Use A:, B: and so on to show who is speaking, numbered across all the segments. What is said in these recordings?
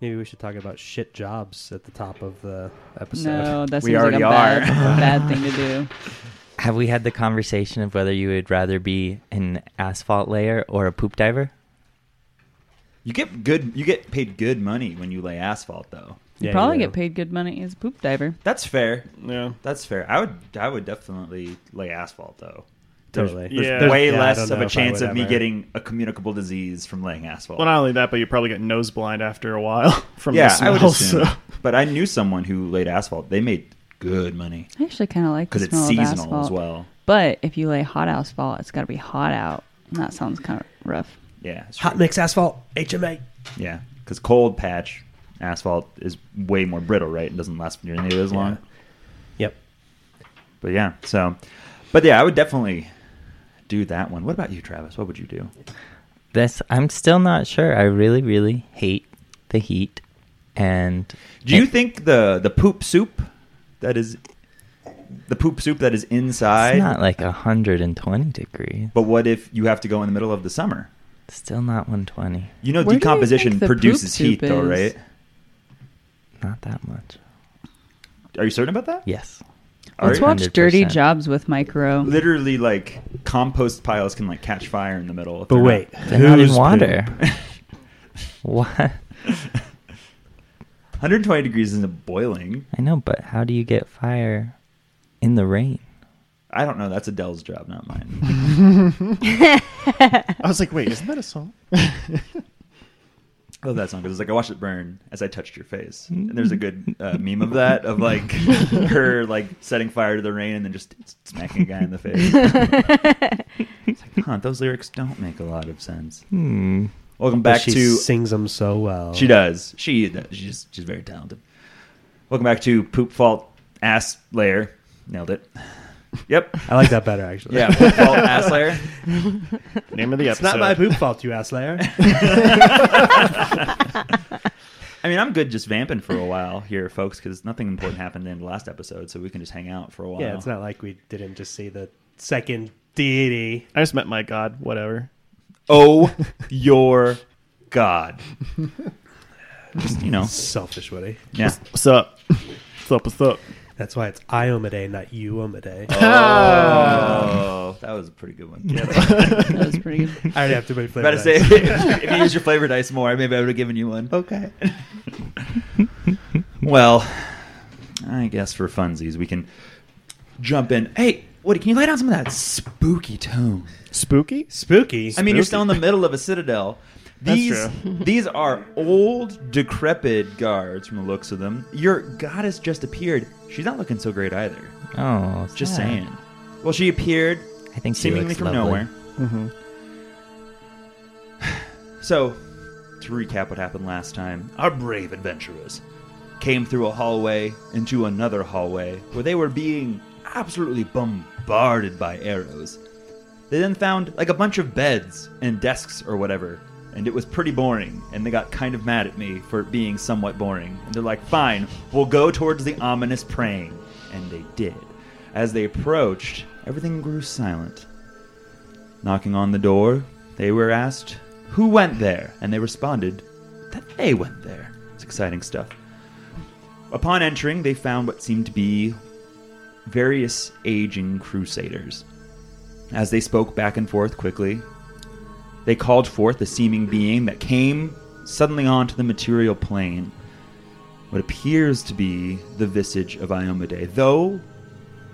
A: Maybe we should talk about shit jobs at the top of the episode.
B: No, that
C: We
B: seems like a
C: already
B: bad,
C: are.
B: bad thing to do.
D: Have we had the conversation of whether you would rather be an asphalt layer or a poop diver?
C: You get good. You get paid good money when you lay asphalt, though.
B: You
A: Yeah,
B: probably
A: do.
B: get paid good money as a poop diver.
C: That's fair.
E: Yeah.
C: That's fair. I would. I would definitely lay asphalt, though. There's,
A: Totally.
C: there's
E: Yeah.
C: way
A: Yeah, I
C: less
A: don't
C: of
A: know
C: a
A: if I
C: chance
A: would
C: of me
A: ever.
C: getting a communicable disease from laying asphalt.
E: Well, not only that, but you probably get noseblined after a while from the
C: yeah, I
E: smell.
C: would assume.
E: so-
C: But I knew someone who laid asphalt. They made good money
B: I actually kind of like the
C: because it's
B: smell of
C: seasonal
B: asphalt.
C: as well.
B: But if you lay hot asphalt, it's got to be hot out. And that sounds kind of rough.
C: Yeah, it's
A: Hot
C: true.
A: mix asphalt, HMA.
C: Yeah, because cold patch asphalt is way more brittle, right? It doesn't last nearly as long.
A: Yep.
C: But yeah, so, but yeah, I would definitely do that one. What about you, Travis? What would you do?
D: This I'm still not sure. I really, really hate the heat. And
C: Do you think the the poop soup that is the poop soup that is inside?
D: it's not like hundred and twenty degrees?
C: but what if you have to go in the middle of the summer?
D: Still not one twenty.
C: You know,
B: Where do you
C: decomposition
B: think the poop
C: produces
B: soup
C: heat, though,
B: is?
C: right?
D: Not that much.
C: Are you certain about that?
D: Yes.
C: Are
B: Let's
C: you-
B: watch Dirty
D: 100%.
B: Jobs with Micro.
C: Literally, like compost piles can like catch fire in the middle. if
A: But
C: they're not-
A: wait,
D: They're not in
A: who's
D: water.
A: poop?
D: what?
C: 120 degrees isn't boiling.
D: I know, but how do you get fire in the rain?
C: I don't know. That's Adele's job, not mine.
E: I was like, wait, isn't that a song?
C: I love that song because it's like I watched it burn as I touched your face. And there's a good uh, meme of that of like her like setting fire to the rain and then just smacking a guy in the face. It's like, huh, those lyrics don't make a lot of sense.
D: Hmm.
C: Welcome
A: But
C: back
A: she
C: to
A: sings them so well.
C: she does she does. she's she's very talented. Welcome back to poop fault ass layer. Nailed it. Yep.
A: I like that better actually.
C: Yeah. Poop fault ass layer.
E: Name of the
A: It's
E: episode.
A: not my poop fault, you ass layer.
C: I mean, I'm good just vamping for a while here, folks, because nothing important happened in the last episode, so we can just hang out for a while.
A: Yeah, it's not like we didn't just see the second deity.
E: I just met my god. Whatever.
C: Oh, your God. just, you know,
A: Selfish Woody.
C: yeah.
E: What's up? What's up? What's up?
A: That's why it's Iomade, not Uomade.
C: Oh, that was a pretty good one.
B: That was pretty good.
A: I already have to wait for
C: I was about to say, if you use your flavor dice more, maybe I would have given you one. Okay. well, I guess for funsies, we can jump in. Hey, Woody, can you lay down some of that spooky tone?
E: Spooky?
A: Spooky.
C: I mean, you're still in the middle of a citadel.
E: That's
C: These these are old, decrepit guards from the looks of them. Your goddess just appeared. She's not looking so great either.
D: Oh,
C: Just
D: sad.
C: saying. Well, she appeared
D: I think she
C: seemingly
D: looks
C: from
D: lovely.
C: nowhere.
E: Mm-hmm.
C: So, to recap what happened last time, our brave adventurers came through a hallway into another hallway where they were being absolutely bombarded by arrows. They then found like a bunch of beds and desks or whatever, and it was pretty boring, and they got kind of mad at me for it being somewhat boring. And they're like, fine, we'll go towards the ominous praying. And they did. As they approached, everything grew silent. Knocking on the door, they were asked, Who went there? And they responded, That they went there. It's exciting stuff. Upon entering, they found what seemed to be various aging crusaders. As they spoke back and forth quickly, they called forth a seeming being that came suddenly onto the material plane. What appears to be the visage of Iomade, though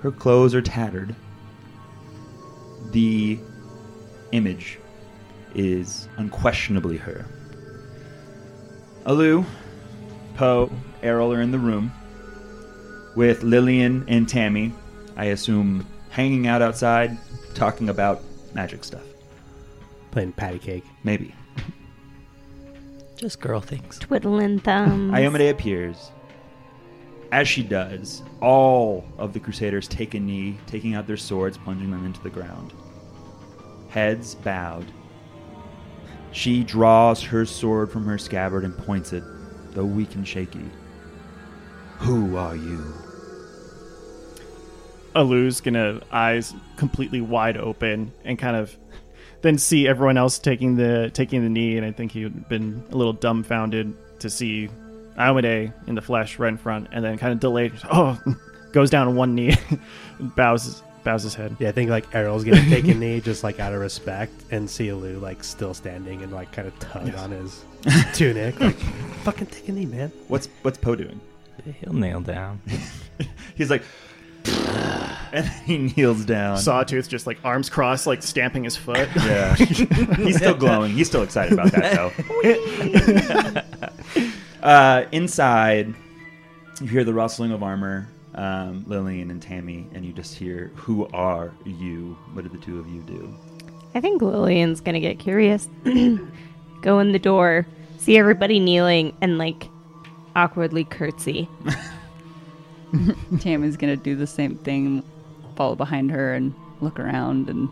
C: her clothes are tattered. The image is unquestionably her. Alu, Poe, Errol are in the room with Lillian and Tammy, I assume, hanging out outside talking about magic stuff.
A: Playing patty cake.
C: Maybe.
D: Just girl things.
F: Twiddling thumbs.
C: Iomade appears. As she does, all of the Crusaders take a knee, taking out their swords, plunging them into the ground. Heads bowed. She draws her sword from her scabbard and points it, though weak and shaky. Who are you?
E: Alu's gonna eyes completely wide open and kind of then see everyone else taking the taking the knee, and I think he'd been a little dumbfounded to see Amade in the flesh right in front, and then kind of delayed. Oh, goes down on one knee, bows bows his head.
A: Yeah, I think like Errol's gonna take a knee just like out of respect, and see Lou like still standing and like kind of tug
E: Yes.
A: on his tunic. Like, fucking take a knee, man.
C: What's what's Poe doing?
D: He'll kneel down.
C: He's like, and he kneels down.
E: Sawtooth just like arms crossed, like stamping his foot.
C: Yeah. He's still glowing. He's still excited about that, though. uh, inside, you hear the rustling of armor, um, Lillian and Tammy, and you just hear, Who are you? What do the two of you do?
F: I think Lillian's gonna get curious. Go in the door, see everybody kneeling, and like awkwardly curtsy.
B: Tammy's gonna do the same thing, follow behind her and look around and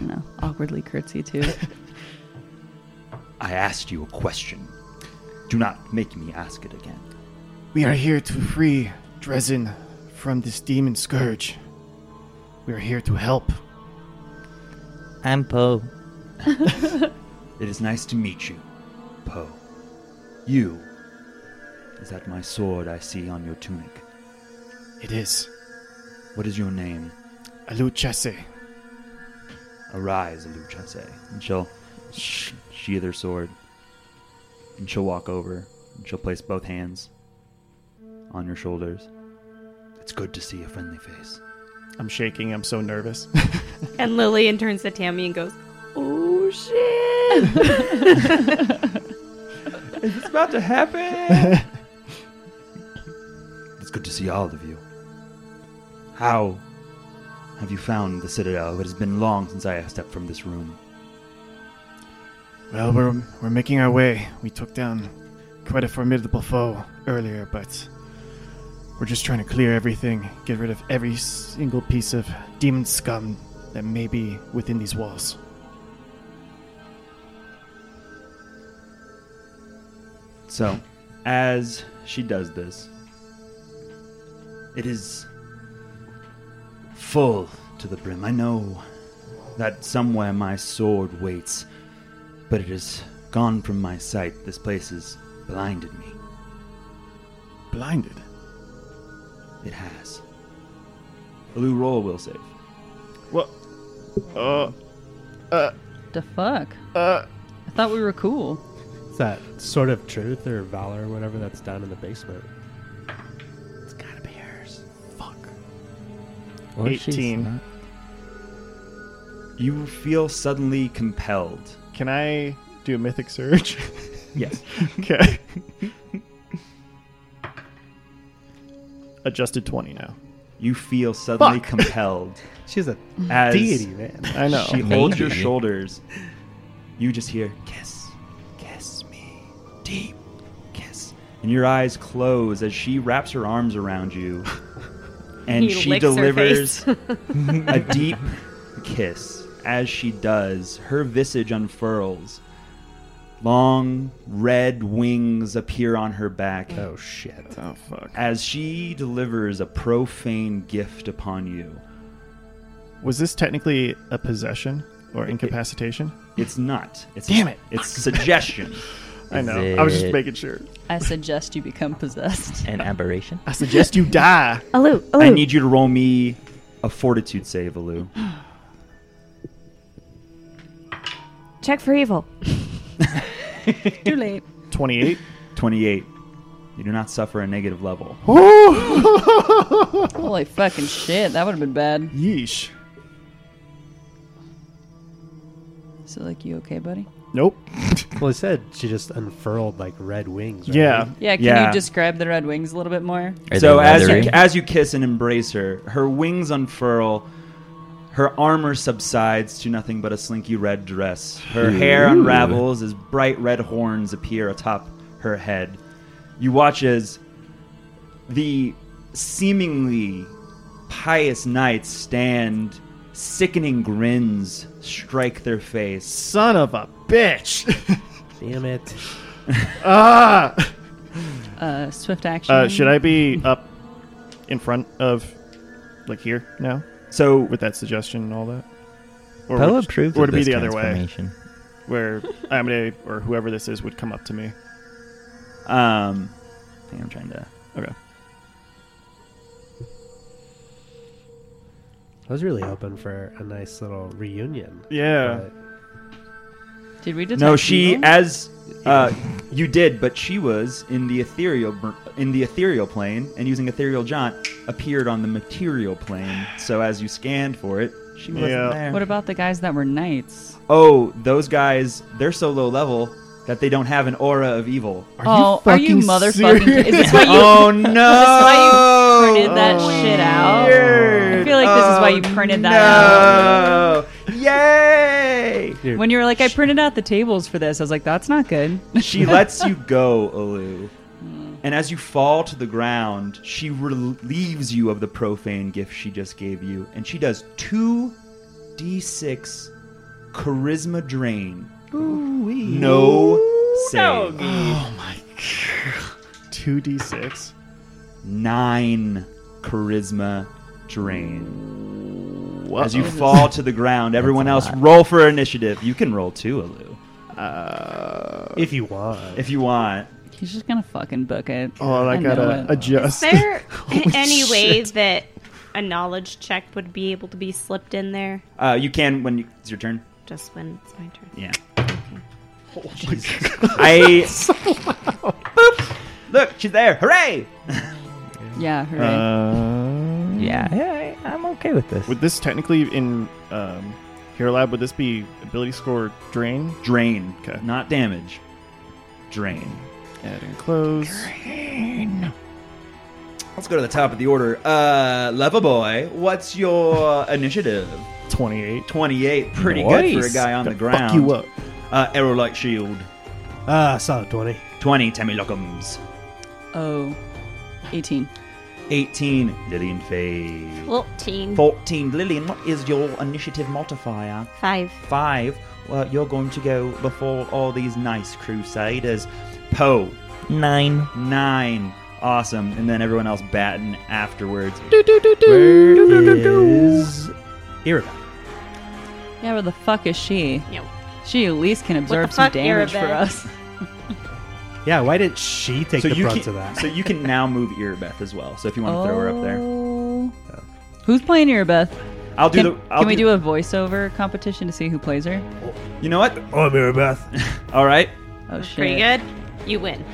B: you know awkwardly curtsy too.
C: I asked you a question. Do not make me ask it again.
E: We are here to free Dresden from this demon scourge. We are here to help.
D: I'm Poe.
C: It is nice to meet you, Poe. You. Is that my sword I see on your tunic?
E: It is
C: What is your name?
E: Aluchese.
C: Arise, Luchese. And she'll sh- sheath her sword. And she'll walk over. And she'll place both hands on your shoulders. It's good to see a friendly face.
E: I'm shaking. I'm so nervous.
F: And Lillian turns to Tammy and goes, "Oh shit!"
C: It's about to happen! it's good to see all of you. How have you found the Citadel? It has been long since I have stepped from this room.
E: Well, we're, we're making our way. We took down quite a formidable foe earlier, but we're just trying to clear everything, get rid of every single piece of demon scum that may be within these walls.
C: So, as she does this, it is full to the brim. I know that somewhere my sword waits, but it is gone from my sight. This place has blinded me.
E: Blinded.
C: It has. Lou roll will save.
E: What?
B: the fuck?
E: Uh.
B: I thought we were cool.
A: It's that sort of truth or valor or whatever that's down in the basement.
E: It's gotta be yours. Fuck.
D: Or she's
E: 18.
D: not.
C: You feel suddenly compelled.
E: Can I do a mythic surge?
C: Yes.
E: okay. Adjusted 20 now.
C: You feel suddenly
E: Fuck.
C: compelled
A: She's a
C: as
A: deity, man.
E: I know.
C: She holds your
D: Maybe.
C: shoulders. You just hear kiss, kiss me, deep kiss, and your eyes close as she wraps her arms around you, and
F: He
C: she
F: licks her
C: delivers a deep kiss. As she does, her visage unfurls. Long red wings appear on her back
A: Oh shit.
E: oh, fuck.
C: as she delivers a profane gift upon you.
E: Was this technically a possession or incapacitation?
C: It's not. It's
E: Damn it.
C: It's suggestion.
E: I
D: Is
E: know. I was just
D: it-
E: making sure.
B: I suggest you become possessed.
D: An aberration.
E: I suggest you die.
F: Alu,
C: I
F: Alu.
C: need you to roll me a fortitude save, Alu.
F: Check for evil.
B: Too late.
E: 28.
C: 28. You do not suffer a negative level.
B: Holy fucking shit! That would have been bad.
E: Yeesh.
B: So like, you okay, buddy?
E: Nope.
A: Well, it said she just unfurled like red wings. Right?
E: Yeah.
B: Yeah. Can
C: Yeah.
B: you describe the red wings a little bit more?
D: Are
C: so
D: they
C: as you,
D: leathery?
C: as you kiss and embrace her, her wings unfurl, her armor subsides to nothing but a slinky red dress. Her hair unravels as bright red horns appear atop her head. You watch as the seemingly pious knights stand, sickening grins strike their face.
E: Son of a bitch.
A: Damn it.
E: ah.
B: Uh, swift action.
E: Uh, should I be up in front of, like, here now
C: So
E: with that suggestion and all that? Or
D: Poe
E: would-
D: approved
E: or
D: of
E: to be
D: this
E: the other way,
D: transformation.
E: where Amade or whoever this is would come up to me.
C: Um, I think I'm trying to. Okay.
A: I was really hoping for a nice little reunion.
E: Yeah.
A: but-
B: Did we detect
C: No, she
B: evil?
C: as uh, you did, but she was in the ethereal br- in the ethereal plane, and using ethereal jaunt appeared on the material plane. So as you scanned for it, she wasn't
E: Yeah.
C: there.
B: What about the guys that were knights?
C: oh, those guys, they're so low level that they don't have an aura of evil.
B: oh, are you
E: fucking
B: motherfucking?
E: serious?
B: Is this why you?
C: oh no! Oh,
B: printed that shit out? I feel like this is why you printed that
C: out. Yay!
A: Dude,
B: When you were like, I printed out the tables for this, I was like, that's not good.
C: She lets you go, Alu. And as you fall to the ground, she relieves you of the profane gift she just gave you. And she does 2d6 charisma drain. No save.
E: Oh my god. 2d6.
C: Nine charisma drain. As you fall to the ground, everyone else roll for initiative. You can roll too, Alu,
A: if you want.
C: if you want.
B: He's just gonna fucking book it.
E: Oh, I,
B: know
E: gotta
B: it.
E: adjust.
F: there any way
E: shit.
F: that a knowledge check would be able to be slipped in there?
C: Uh, you can when you, it's your turn.
F: Just when it's my turn.
C: Yeah. Oh, I. Boop! Look, she's there. Hooray!
B: Yeah, hooray.
E: Uh,
D: Yeah, I, I- I'm okay with this.
E: Would this technically in um, Hero Lab? Would this be ability score drain?
C: Drain.
E: Okay.
C: Not damage. Drain.
E: Add and close.
C: Let's go to the top of the order. Uh, Leva Boy, what's your initiative?
E: Twenty-eight.
C: 28. Pretty good for a
D: Nice.
C: guy on the
E: Gonna
C: ground.
E: Fuck you up.
C: Uh, Arrow Light Shield.
A: Ah, solid 20.
C: 20. Tammy Lockums.
B: oh, 18.
C: 18. Lillian Faye.
F: 14.
C: 14. Lillian, what is your initiative modifier?
F: 5.
C: five, well, you're going to go before all these nice crusaders. Poe,
D: Nine.
C: nine. Awesome. And then everyone else batting afterwards.
A: Is Irida.
B: Yeah, where the fuck is she?
F: No.
B: She at least can
F: the
B: absorb some
F: fuck,
B: damage
F: Erebeth?
B: for us.
A: Yeah, why didn't she take
C: So
A: the
C: you,
A: brunt
C: can,
A: of that?
C: so you can now move Irabeth as well. So if you want to throw her up there,
B: Oh. Who's playing Erebeth?
C: I'll do
B: Can,
C: the. I'll
B: can we do a voiceover competition to see who plays her?
C: You know what?
A: oh, Irabeth.
C: All right.
B: Oh shit!
F: Pretty good. You win.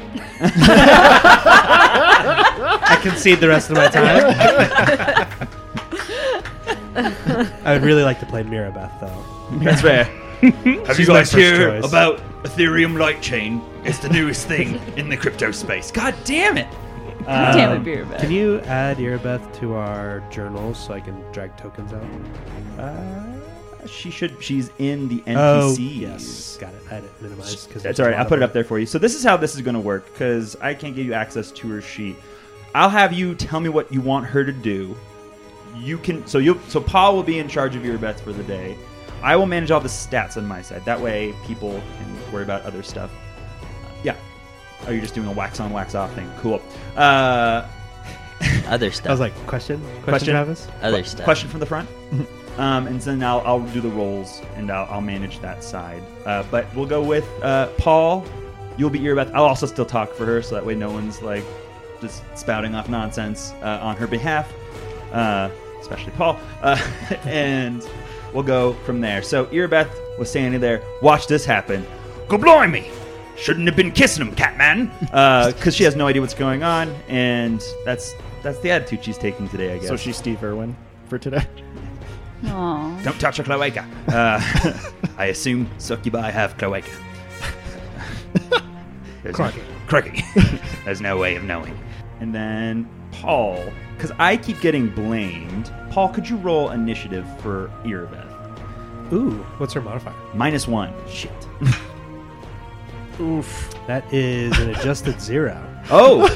A: I concede the rest of my time. I would really like to play Mirabeth, though.
C: That's fair. Have
A: She's my first choice.
C: Ethereum Light Chain? It's the newest thing in the crypto space. God damn it!
B: God damn it,
C: Um,
B: be
A: Can you add Irabeth to our journals so I can drag tokens out?
C: Uh, she should. She's in the NPC.
A: Oh, yes. Got it. I had it minimized. because
C: That's all right. I'll put it up there for you. So this is how this is going to work because I can't give you access to her sheet. I'll have you tell me what you want her to do. You can. So you. will So Paul will be in charge of your bets for the day. I will manage all the stats on my side. That way, people can worry about other stuff. Yeah. Are you just doing a wax on, wax off thing? Cool. Uh,
D: Other
A: I was
D: stuff.
A: like, question? Question,
C: Question?
A: Travis?
D: Other
C: Qu-
D: stuff.
C: Question from the front. um, and then I'll, I'll do the rolls and I'll, I'll manage that side. Uh, but we'll go with uh, Paul. You'll be Earbeth. I'll also still talk for her so that way no one's like just spouting off nonsense uh, on her behalf, uh, especially Paul. Uh, and we'll go from there. So Earbeth was standing there. Watch this happen. Go blimey! Shouldn't have been kissing him, Catman. Because she has no idea what's going on, and that's that's the attitude she's taking today, I guess.
E: So she's Steve Irwin for today.
B: Aw.
C: Don't touch a cloaca. Uh, I assume succubi have cloaca. There's
A: Crocky.
C: No, crocky. There's no way of knowing. And then Paul, because I keep getting blamed. Paul, could you roll initiative for Irabeth?
A: Ooh, what's her modifier?
C: Minus one. Shit.
A: Oof. That is an adjusted zero.
C: Oh,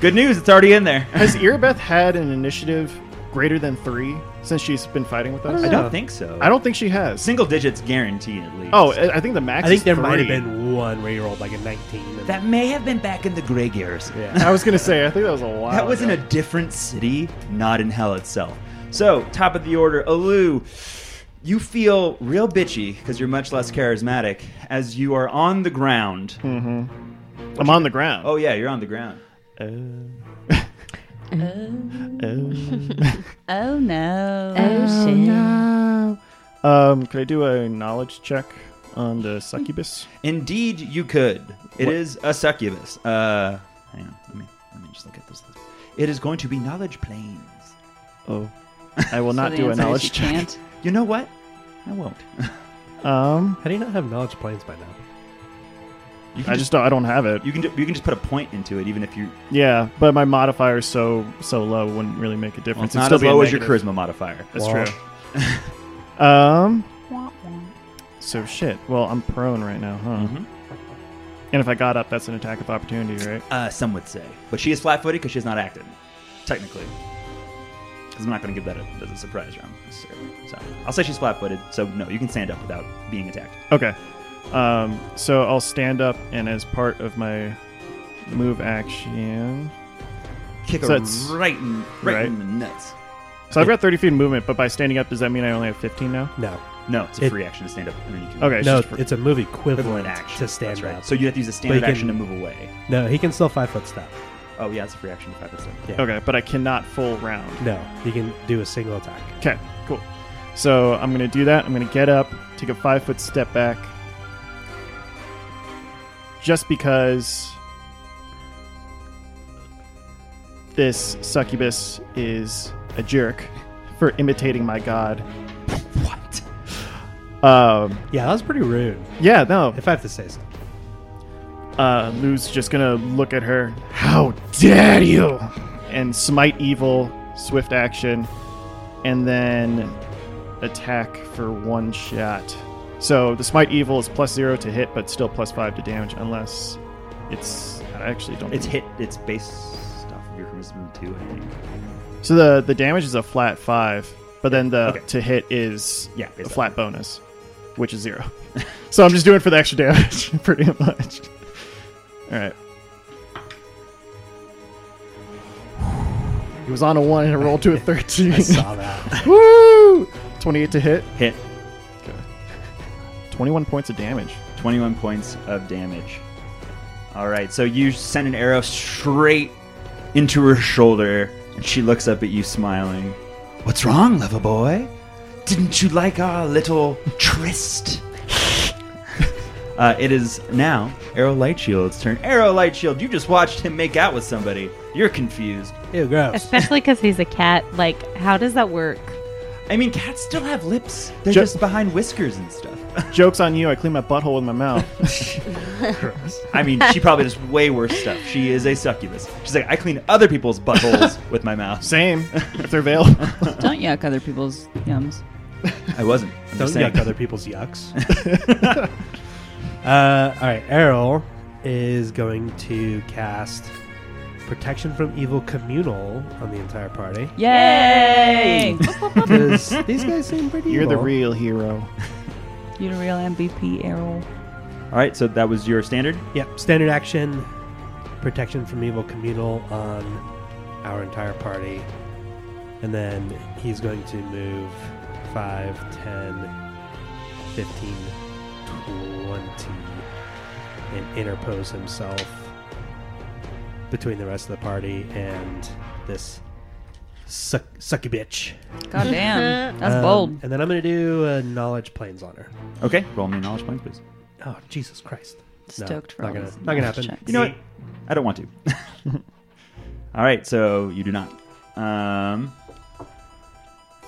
C: good news. It's already in there.
E: Has Irabeth had an initiative greater than three since she's been fighting with us?
C: I don't think so.
E: I don't think she has.
C: Single digits guaranteed, at least.
E: Oh, I I think the max.
A: I think
E: is
A: there might have
E: three.
A: been one where you rolled like a 19. and-
C: that may have been back in the Grey Gears.
A: yeah.
E: I was gonna say. I think that was a while.
C: That was in a
E: ago.
C: different city, not in hell itself. So, top of the order, Alu, you feel
E: Hmm.
C: real bitchy because you're much less charismatic as you are on the ground.
E: I'm on the ground.
C: Oh yeah, you're on the ground.
B: Oh no.
F: Oh, shit.
E: no. Um, could I do a knowledge check on the succubus?
C: Indeed, you could. It
E: What?
C: is a succubus. Uh, hang on. Let me let me just look at this list. It is going to be knowledge planes.
E: Oh, I will not
B: so the
E: do a
B: answer is
E: knowledge
B: you
E: check.
B: Can't.
C: You know what? I won't.
E: Um,
A: How do you not have knowledge planes by now?
C: You can
E: I just don't, I don't have it.
C: you can ju- you can just put a point into it, even if you.
E: Yeah, but my modifier is so so low wouldn't really make a difference.
C: Well, it's
E: It'd
C: not
E: still
C: as
E: be a
C: low as your
E: negative.
C: charisma modifier.
E: That's
A: Wow.
E: true. um. So shit. Well, I'm prone right now, huh?
C: Mhm.
E: And if I got up, that's an attack of opportunity, right?
C: Uh, some would say, but she is flat-footed because she's not active, technically. Because I'm not going to give that a- as a surprise round necessarily. So I'll say she's flat-footed. So no, you can stand up without being attacked.
E: Okay. Um. So I'll stand up, and as part of my move action,
C: Kick
E: So
C: her
E: it's-
C: right in right,
E: right.
C: in the nuts.
E: so I've got 30 feet of movement, but by standing up, does that mean I only have 15 now?
A: No,
C: No, it's a
A: It-
C: free action to stand up. and then you can-
E: Okay. It's
A: no,
E: just for-
A: it's a move equivalent
C: equivalent action
A: to stand
C: That's
A: right.
C: right. So you have to use a standard
A: you can-
C: action to move away.
A: no, he can still five foot step.
C: Oh yeah, it's a free action to five percent.
A: Yeah.
E: Okay, but I cannot full round.
A: No, he can do a single attack.
E: Okay, cool. So I'm gonna do that. I'm gonna get up, take a five foot step back, just because this succubus is a jerk for imitating my god.
C: What?
E: Um,
A: Yeah, that was pretty rude.
E: yeah, no.
A: If I have to say so.
E: Uh, Lou's just gonna look at her. How dare you! And smite evil, swift action, and then attack for one shot. So the smite evil is plus zero to hit, but still plus five to damage, unless it's. I actually don't.
C: It's hit. It's based off of your charisma too, I think.
E: so the the damage is a flat five, but then the
C: Okay.
E: to hit is
C: Yeah,
E: a
C: it's
E: flat bonus, which is zero. so I'm just doing it for the extra damage, pretty much. All right. He was on a one and it rolled to a thirteen.
A: I saw that.
E: Woo! Twenty-eight to hit.
C: Hit.
E: Twenty-one points of damage.
C: Twenty-one points of damage. All right. So you send an arrow straight into her shoulder, and she looks up at you, smiling. What's wrong, lover boy? Didn't you like our little tryst? uh, it is now Arrow Light Shield's turn. Arrow Light Shield, you just watched him make out with somebody. You're confused.
A: Ew, gross.
F: Especially because he's a cat. Like, how does that work?
C: I mean, cats still have lips. They're
E: Ju-
C: just behind whiskers and stuff.
E: Jokes on you! I clean my butthole with my mouth.
C: I mean, she probably does way worse stuff. She is a succubus. She's like, I clean other people's buttholes with my mouth.
E: Same if they're available.
B: Don't yuck other people's yums.
C: I wasn't. I'm
A: Don't
C: just saying.
A: yuck other people's yucks. uh, all right, Errol is going to cast protection from evil communal on the entire party.
B: Yay!
A: Because these guys seem pretty.
E: You're the
A: evil.
E: real hero.
B: You're the real MVP, Errol.
C: All right, so that was your standard.
A: Yep. Standard action, protection from evil communal on our entire party. And then he's going to move 5, 10, 15, 20, and interpose himself between the rest of the party and this suck, sucky bitch.
B: God damn. That's
A: Um,
B: bold.
A: And then I'm going to do a knowledge planes on her.
C: Okay, roll me a knowledge point, please.
A: Oh, Jesus Christ. No,
B: Stoked for
A: not
B: all
A: gonna,
B: these
A: not gonna
B: knowledge
A: happen.
B: checks.
C: You know what? I don't want to. All right, so you do not. Um,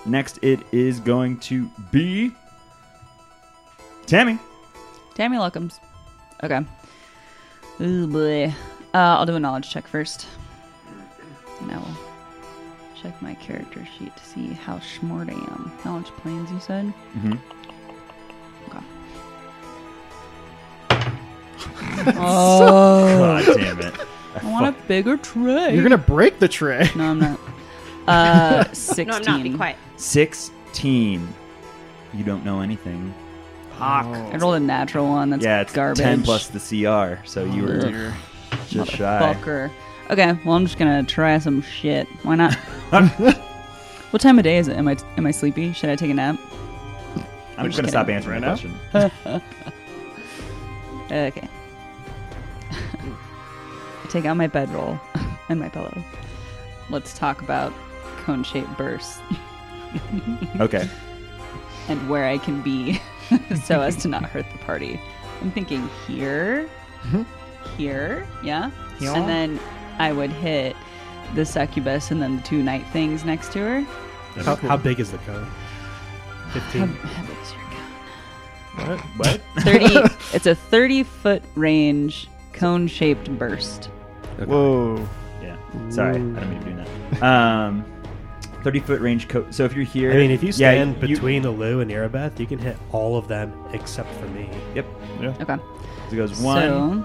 C: next, it is going to be Tammy.
B: Tammy Luckums. Okay. Ooh, boy. Uh, I'll do a knowledge check first. And I will check my character sheet to see how smart I am. Knowledge planes, you said?
C: Mhm.
B: Okay. oh,
C: God damn it!
B: I want a bigger tray.
E: You're gonna break the tray.
B: No, I'm not. Uh, 16.
F: No, I'm not. Be quiet.
C: Sixteen. You don't know anything.
B: I rolled a natural one. That's
C: yeah, it's
B: garbage.
C: ten plus the CR, so you were
E: Dear.
C: just shy.
B: Fucker. Okay, well I'm just gonna try some shit. Why not? what time of day is it? Am I am I sleepy? Should I take a nap?
C: I'm
B: just
C: just gonna stop
B: kidding.
C: answering
E: Right
C: that
E: now?
C: question.
B: Okay. take out my bedroll and my pillow. Let's talk about cone shaped bursts
C: Okay.
B: and where I can be so as to not hurt the party. I'm thinking here,
C: Mm-hmm.
B: here, yeah?
E: Yeah.
B: And then I would hit the succubus and then the two night things next to her.
A: How, how big is the cone?
B: How,
A: Fifteen.
B: how big is your cone?
C: What? What?
B: 30, it's a 30 foot range cone shaped burst.
E: Whoa.
C: Yeah. Sorry, I don't mean to do that. Um, thirty foot range. Co- so if you're here,
A: I mean, if you stand
C: yeah, you-
A: between Alu and Erebeth, you can hit all of them except for me.
C: Yep.
B: Okay.
C: So it goes one,
B: so,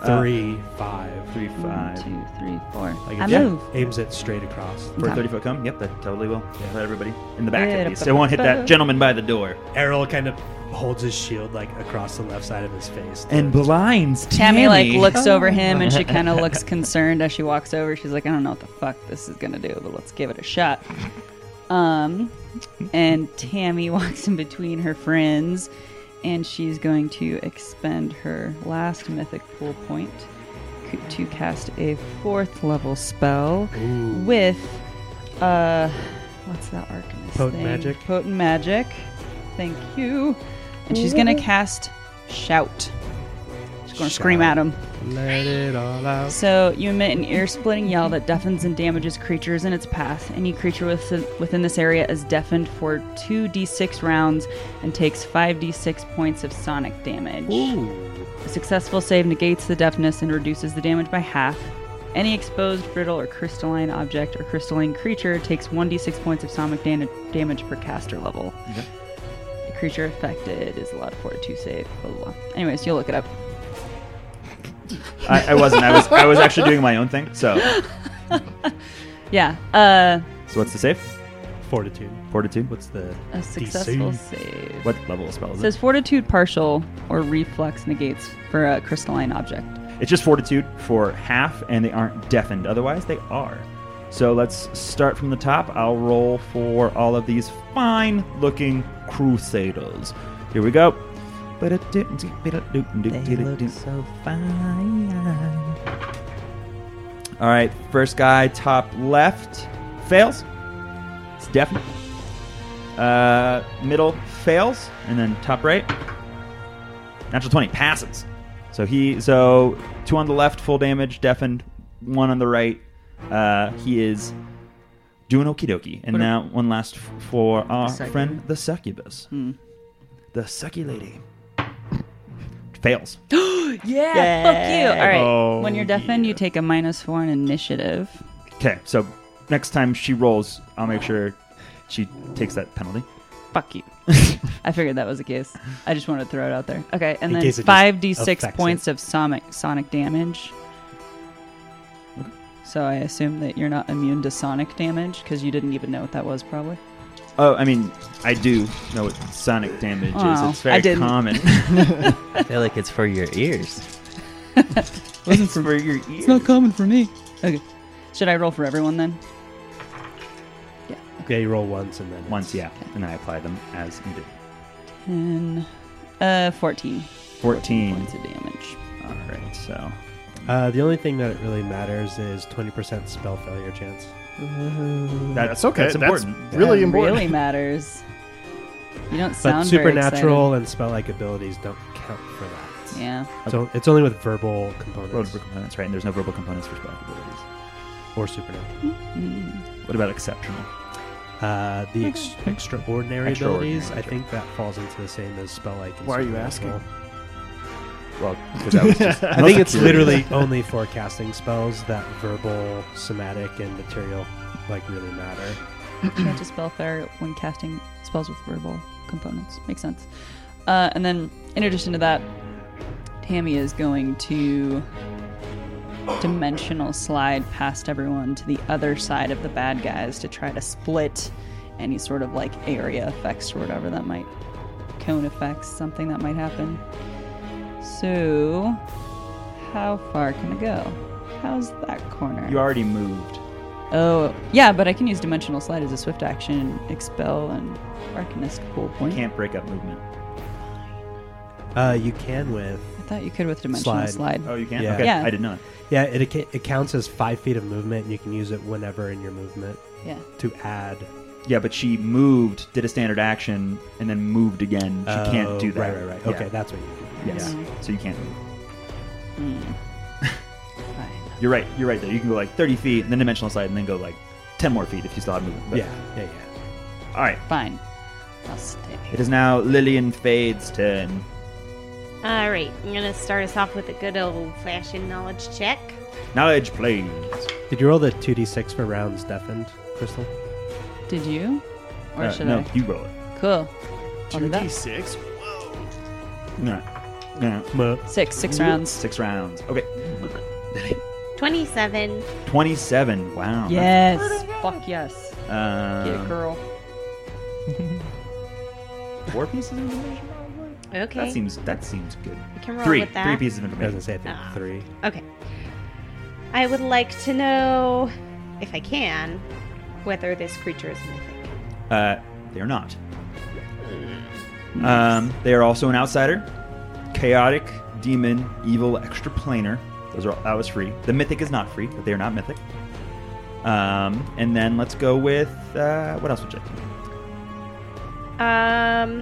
C: Uh,
A: Three, five.
C: three,
B: one,
C: five.
B: two, three, four.
A: Like
B: I
A: it
B: move.
A: aims it straight across.
C: For a
B: Okay.
C: 30 foot come? Yep, that totally will. For everybody in the back,
B: Yeah,
C: at least. It won't hit that gentleman by the door.
A: Errol kind of holds his shield like across the left side of his face. to-
C: blinds
B: Tammy like looks
A: Oh.
B: over him and she kind of looks concerned as she walks over. She's like, I don't know what the fuck this is gonna do, but let's give it a shot. Um, and Tammy walks in between her friends, and she's going to expend her last mythic pool point c- to cast a fourth level spell with uh, what's that arcanist
A: Potent
B: thing?
A: magic?
B: Potent magic. Thank you. And she's gonna cast shout. She's gonna scream
A: Shout.
B: at him.
A: Let it all out.
B: So you emit an ear-splitting yell that deafens and damages creatures in its path. Any creature within within this area is deafened for 2d6 rounds and takes 5d6 points of sonic damage. A successful save negates the deafness and reduces the damage by half. Any exposed, brittle, or crystalline object or crystalline creature takes 1d6 points of sonic dan- damage per caster level. The creature affected is allowed for a 2 save. Blah, blah, blah. Anyways, you'll look it up.
C: I, I wasn't. I was I was actually doing my own thing. So,
B: Yeah. Uh,
C: so what's the save?
A: Fortitude.
C: Fortitude. What's
A: What's the
B: a successful save.
C: what level of spell is
B: It
C: it?
B: says fortitude partial or reflex negates for a crystalline object.
C: It's just fortitude for half, and they aren't deafened. Otherwise, they are. So let's start from the top. I'll roll for all of these fine looking crusaders. Here we go.
D: They look so fine.
C: All right, first guy, top left, fails. It's definite. Uh, middle fails, and then top right, natural twenty passes. So he, so two on the left, full damage, deafened. One on the right, uh, he is doing okie dokie. And now one last f- for our
B: Succubus.
C: friend the succubus,
B: Hmm.
C: the succu lady. Fails.
B: Yeah, fuck you. All right.
E: Oh,
B: when you're deafened, you take a minus four on initiative.
C: Okay, so next time she rolls, I'll make sure she takes that penalty.
B: Fuck you. I figured that was the case. I just wanted to throw it out there. Okay, and
A: In
B: then
A: case it just
B: five d six
A: affects
B: points of sonic sonic damage. So I assume that you're not immune to sonic damage because you didn't even know what that was, probably.
C: Oh, I mean, I do know what sonic damage
B: Oh,
C: is. It's very
B: I didn't.
C: common.
D: I feel like it's for your ears.
C: Wasn't for your ears.
B: common for me. Okay, should I roll for everyone then?
A: Okay, you roll once and then
C: Once, yeah, and I apply them as needed.
B: And uh, fourteen.
C: 14.
B: points of damage.
C: All right, so
A: Uh, the only thing that really matters is twenty percent spell failure chance.
C: that-
E: That's okay.
C: That's
E: That's,
C: important.
E: really
B: That
E: important.
B: Really matters. You don't
A: But
B: sound very
A: supernatural and spell-like abilities don't count for that.
B: excited. Yeah.
A: So it's only with verbal
C: roll
A: components
C: for components, right? And there's no verbal components for spell abilities.
A: or supernatural.
B: Mm.
C: What about exceptional?
A: Uh, the ex- extraordinary,
C: Extraordinary,
A: abilities, I
C: gotcha.
A: think that falls into the same as spell-like. and
E: Why are you
A: supernatural.
E: asking?
C: Well, because I was just.
A: I think it's literally only forecasting spells that verbal, somatic, and material like really matter.
B: Can't just spell fair when casting spells with verbal components. Makes sense. Uh, and then, in addition to that, Tammy is going to dimensional slide past everyone to the other side of the bad guys to try to split any sort of like area effects or whatever that might cone effects, something that might happen. So, how far can I go? How's that corner?
C: You already moved.
B: Oh, yeah, but I can use Dimensional Slide as a swift action, expel, and Arcanist cool
C: You
B: point.
C: can't break up movement.
A: Uh, you can with
B: I thought you could with dimensional
A: Slide.
B: slide.
C: Oh, you can?
A: Yeah.
C: Okay.
B: Yeah.
C: I did not.
A: Yeah, it, it ca- it counts as five feet of movement, and you can use it whenever in your movement
B: Yeah.
A: to add.
C: Yeah, but she moved, did a standard action, and then moved again. She can't
A: Oh,
C: do that.
A: Right, right, right.
C: Yeah.
A: Okay, that's what you mean.
C: Yes. So you can't move.
B: Mm. Fine.
C: You're right. You're right there. You can go like 30 feet, and then dimensional slide, and then go like 10 more feet if you still have movement. But-
A: Yeah, yeah, yeah.
C: All right.
B: Fine. I'll stay.
C: It is now Lillian Fade's turn.
F: All right, I'm gonna start us off with a good old-fashioned knowledge check.
C: Knowledge, please.
A: Did you roll the 2d6 for rounds deafened, Crystal?
B: Did you? Or
C: Uh,
B: should
C: no,
B: I?
C: you roll it.
B: Cool. I'll do that.
E: 2d6? Whoa.
C: No. No.
B: Six. Six rounds.
C: Six rounds. Okay.
F: 27.
C: 27. Wow.
B: Yes. Fuck yes. Get it,
C: Um,
B: girl.
C: four pieces of information, probably?
F: Okay.
C: That seems, that seems good.
F: I can roll
C: Three.
F: with that.
C: Three pieces of
A: It doesn't
C: information.
A: say I think
F: Ah.
A: three.
F: Okay. I would like to know, if I can, whether this creature is mythic.
C: Uh, they're not. Um, they are also an outsider, chaotic, demon, evil, extraplanar. Those are that was free. The mythic is not free, but they are not mythic. Um, and then let's go with uh, what else would you like? to know?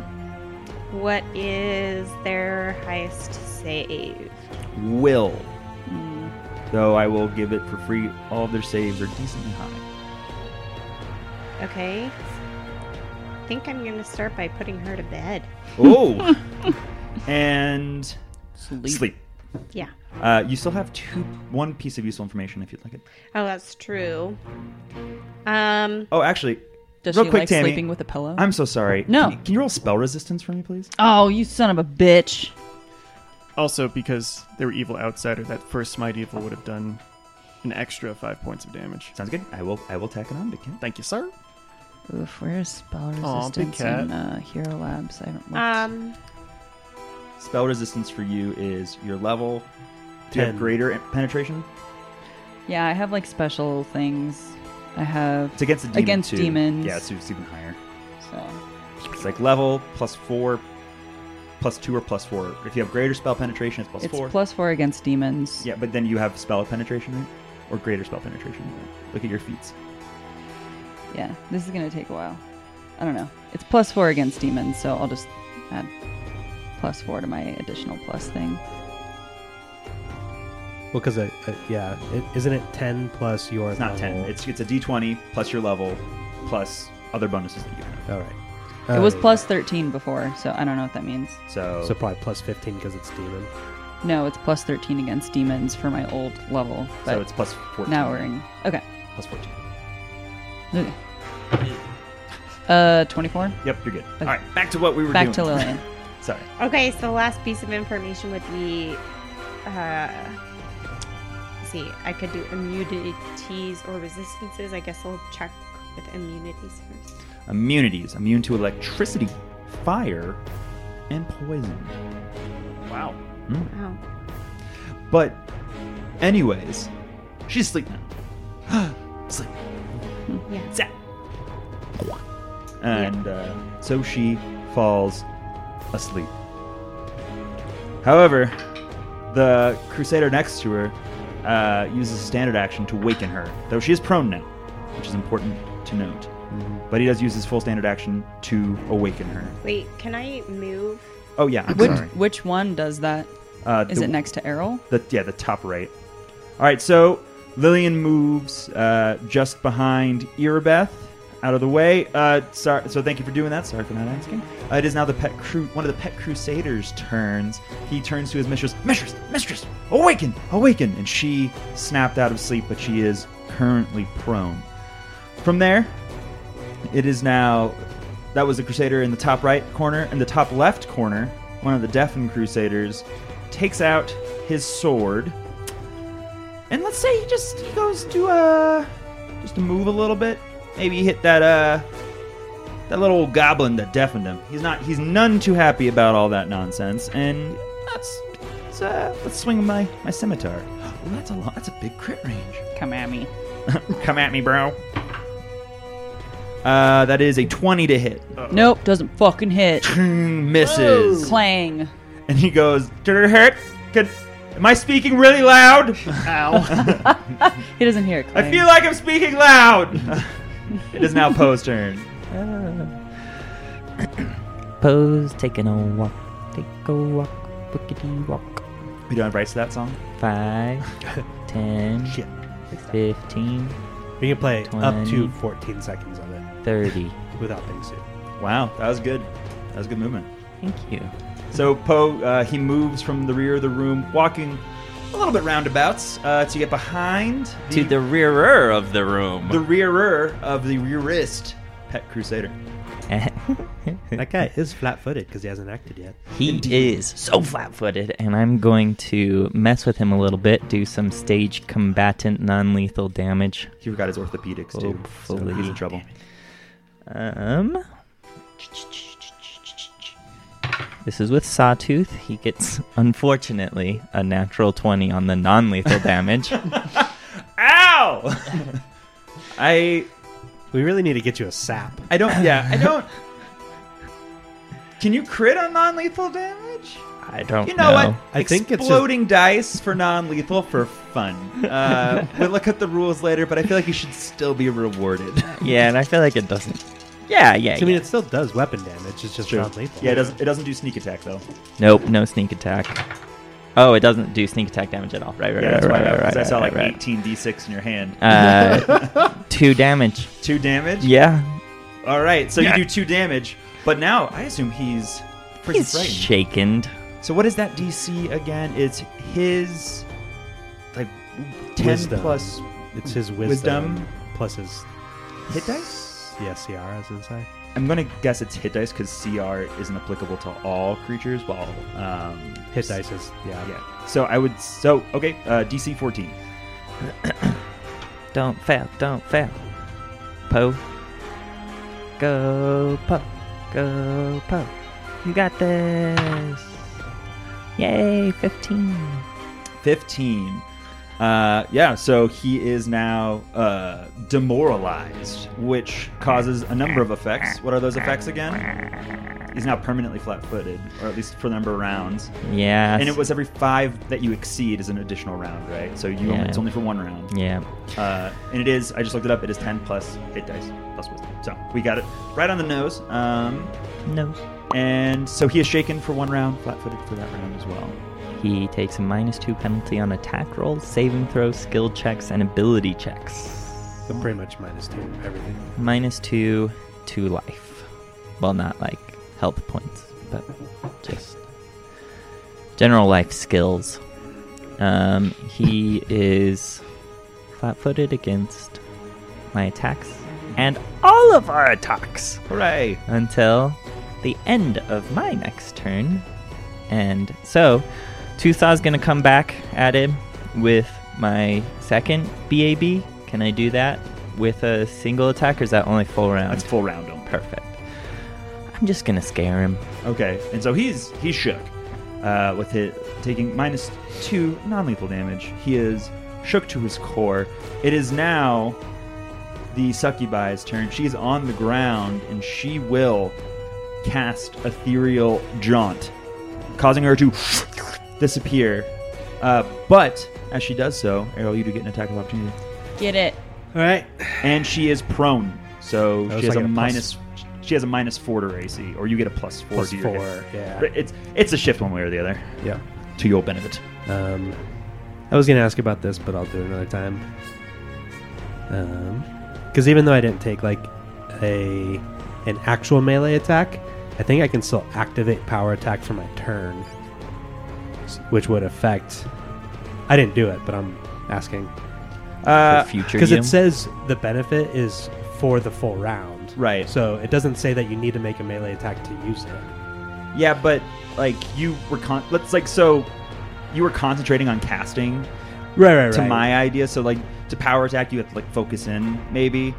F: Um, what is their highest save?
C: Will. Though I will give it for free. All of their saves are decently high.
F: Okay. I think I'm gonna start by putting her to bed.
C: Oh, and
B: Sleep.
C: sleep.
F: Yeah.
C: Uh, you still have two, one piece of useful information if you'd like it.
F: Oh, that's true. Um,
C: Oh, actually,
B: Does
C: real
B: she
C: quick,
B: like
C: Tammy,
B: sleeping with a pillow?
C: I'm so sorry.
B: No.
C: Can, can you roll spell resistance for me, please?
B: oh, you son of a bitch.
E: Also, because they were evil outsider, that first Smite Evil would have done an extra five points of damage.
C: Sounds good. I will. I will tack it on, but can
E: Thank you, sir.
B: Oof, where is spell
E: Aw, big
B: resistance
E: cat.
B: in uh, Hero Labs? I haven't looked.
F: um,
C: spell resistance for you is your level. Do you have
A: Ten.
C: greater penetration?
B: yeah, I have like special things. I have
C: It's against the demon
B: Against
C: too.
B: demons.
C: Yeah, so it's even higher.
B: so
C: It's like level plus four, plus two or plus four. If you have greater spell penetration, it's plus
B: it's
C: four.
B: plus four against demons.
C: yeah, but then you have spell penetration, right? Or greater spell penetration. Look at your feats.
B: Yeah, this is gonna take a while. I don't know. It's plus four against demons, so I'll just add plus four to my additional plus thing.
A: Well, because, uh, uh, yeah, it, isn't it 10 plus your
C: It's not ten.
B: Oh.
A: level?
C: It's it's a D twenty plus your level, plus other bonuses that you have.
A: All right.
B: it was
A: Oh,
B: plus thirteen before, so I don't know what that means.
C: So,
A: So probably plus 15 because it's demon.
B: No, it's plus thirteen against demons for my old level. But
C: so it's plus fourteen.
B: now we're in. Okay.
C: plus fourteen.
B: Okay. Uh, twenty-four.
C: Yep, you're good. All right, back to what we were
B: Back
C: doing.
B: to Lillian.
C: Sorry.
F: okay, so the last piece of information would be, uh, let's see, I could do immunities or resistances. I guess I'll check with immunities first.
C: immunities immune to electricity, fire, and poison.
E: Wow.
F: Oh,
C: But, anyways, she's asleep now. Sleep.
F: yeah.
C: Zap. And uh, so she falls asleep. However, the crusader next to her uh, uses a standard action to waken her, though she is prone now, which is important to note.
B: Mm-hmm.
C: But he does use his full standard action to awaken her.
F: Wait, can I move?
C: Oh yeah, I'm
B: Which
C: sorry.
B: which one does that?
C: Uh,
B: Is
C: the-
B: it next to Errol?
C: The yeah, the top right. All right, so Lillian moves uh, just behind Irabeth, out of the way. Uh, sorry, so thank you for doing that. Sorry for not asking. Uh, it is now the pet cru- one of the pet crusaders' turns. He turns to his mistress, mistress, mistress, awaken, awaken, and she snapped out of sleep, but she is currently prone. From there, it is now. That was the Crusader in the top right corner. In the top left corner, one of the deafened Crusaders takes out his sword. And let's say he just he goes to uh just to move a little bit. Maybe hit that uh that little old goblin that deafened him. He's not he's none too happy about all that nonsense. And let's let's, uh, let's swing my my scimitar. Ooh, that's a lot. That's a big crit range.
B: Come at me.
C: Come at me, bro. Uh, that is a 20 to hit.
B: Nope, doesn't fucking hit.
C: Misses.
B: Clang.
C: and he goes, "Did it hurt? Could, am I speaking really loud?
B: He doesn't hear it.
C: I
B: Clay.
C: feel like I'm speaking loud." it is now Poe's turn.
D: Uh. Pose, taking a walk, take a walk, bookity walk.
C: We don't have rights to that song.
D: Five, ten,
A: Shit.
D: fifteen,
A: We can play up to
D: Twenty.
A: 14 seconds of it
D: thirty.
A: without being sued.
C: Wow, that was good. That was good movement.
D: Thank you.
C: So Poe, uh, he moves from the rear of the room, walking a little bit roundabouts uh, to get behind
D: To the rearer of the room.
C: the rearer of the rearist pet crusader.
A: That guy is flat-footed because he hasn't acted yet.
D: He is so flat footed, and I'm going to mess with him a little bit, do some stage combatant non lethal damage.
C: He forgot his orthopedics too, so
D: Hopefully.
C: he's in trouble.
D: Um. This is with Sawtooth. He gets, unfortunately, a natural 20 on the non lethal damage.
C: Ow! I
A: We really need to get you a sap.
C: I don't. Yeah, I don't. Can you crit on non-lethal damage?
D: Oh, I don't
C: You know what?
A: I think it's just-
C: exploding dice for non-lethal for fun. Uh, we'll look at the rules later, but I feel like you should still be rewarded.
D: Yeah, and I feel like it doesn't. Yeah, yeah,
A: I mean,
D: yeah.
A: it still does weapon damage. It's just
C: True.
A: non-lethal.
C: Yeah, it doesn't. It doesn't do sneak attack though.
D: Nope, no sneak attack. Oh, it doesn't do sneak attack damage at all. Right, right,
C: Yeah,
D: right,
C: that's
D: right,
C: why.
D: right,
C: Because
D: right,
C: I saw
D: right,
C: like
D: right.
C: 18 d6 in your hand.
D: Uh, two damage.
C: two damage.
D: Yeah,
C: All right. So you do two damage, but now I assume he's pretty
D: he's
C: frightened.
D: shaken.
C: So what is that DC again? It's his like 10
A: Wisdom.
C: plus
A: It's his wisdom,
C: Wisdom.
A: plus his
C: hit dice.
A: yeah, CR as inside.
C: I'm gonna guess it's hit dice because CR isn't applicable to all creatures. While um,
A: Hit dice is yeah.
C: yeah. So I would. So okay, uh, DC 14.
D: Don't fail, don't fail. Poe. Go, Poe. Go, Poe. You got this. Yay, 15.
C: 15. Uh, yeah, so he is now uh, demoralized, which causes a number of effects. What are those effects again? He's now permanently flat footed, or at least for the number of rounds.
D: Yeah.
C: And it was every five that you exceed is an additional round, right? So you
D: Yeah.
C: only, it's only for one round.
D: Yeah.
C: Uh, and it is, I just looked it up, it is 10 plus 8 dice plus wisdom. So we got it right on the nose. Um,
D: No.
C: and so he is shaken for one round, flat footed for that round as well.
D: He takes a minus two penalty on attack rolls, saving throws, skill checks, and ability checks.
A: So pretty much minus two everything.
D: Minus two to life. Well, not like health points, but just general life skills. Um, he is flat footed against my attacks and all of our attacks
C: Hooray!
D: until the end of my next turn. And so, Tuthaw's gonna come back at him with my second BAB. Can I do that with a single attack, or is that only full round?
C: That's full round on
D: Perfect. I'm just gonna scare him.
C: Okay, and so he's he's shook uh, with it taking minus two non-lethal damage. He is shook to his core. It is now the succubi's turn. She is on the ground and she will cast ethereal jaunt, causing her to disappear. Uh, but as she does so, Errol, you do get an attack of opportunity,
B: Get it.
A: All right.
C: and she is prone. So
A: Oh,
C: she
A: so
C: has
A: I
C: a
A: get a plus-
C: minus. She has a minus four to her AC, or you get a plus four
A: Plus
C: to your
A: four.
C: hit.
A: Yeah.
C: But It's it's a shift one way or the other
A: Yeah.
C: to your benefit.
A: Um, I was gonna ask about this, but I'll do it another time. Um, because even though I didn't take like a an actual melee attack, I think I can still activate power attack for my turn, s- which would affect. I didn't do it, but I'm asking
D: For
C: Uh,
D: future
A: because
D: you.
A: it says the benefit is for the full round.
C: Right.
A: So it doesn't say that you need to make a melee attack to use it.
C: yeah, but like you were con let's like so you were concentrating on casting
A: Right, right, right.
C: to my idea, so like to power attack you have to like focus in, maybe.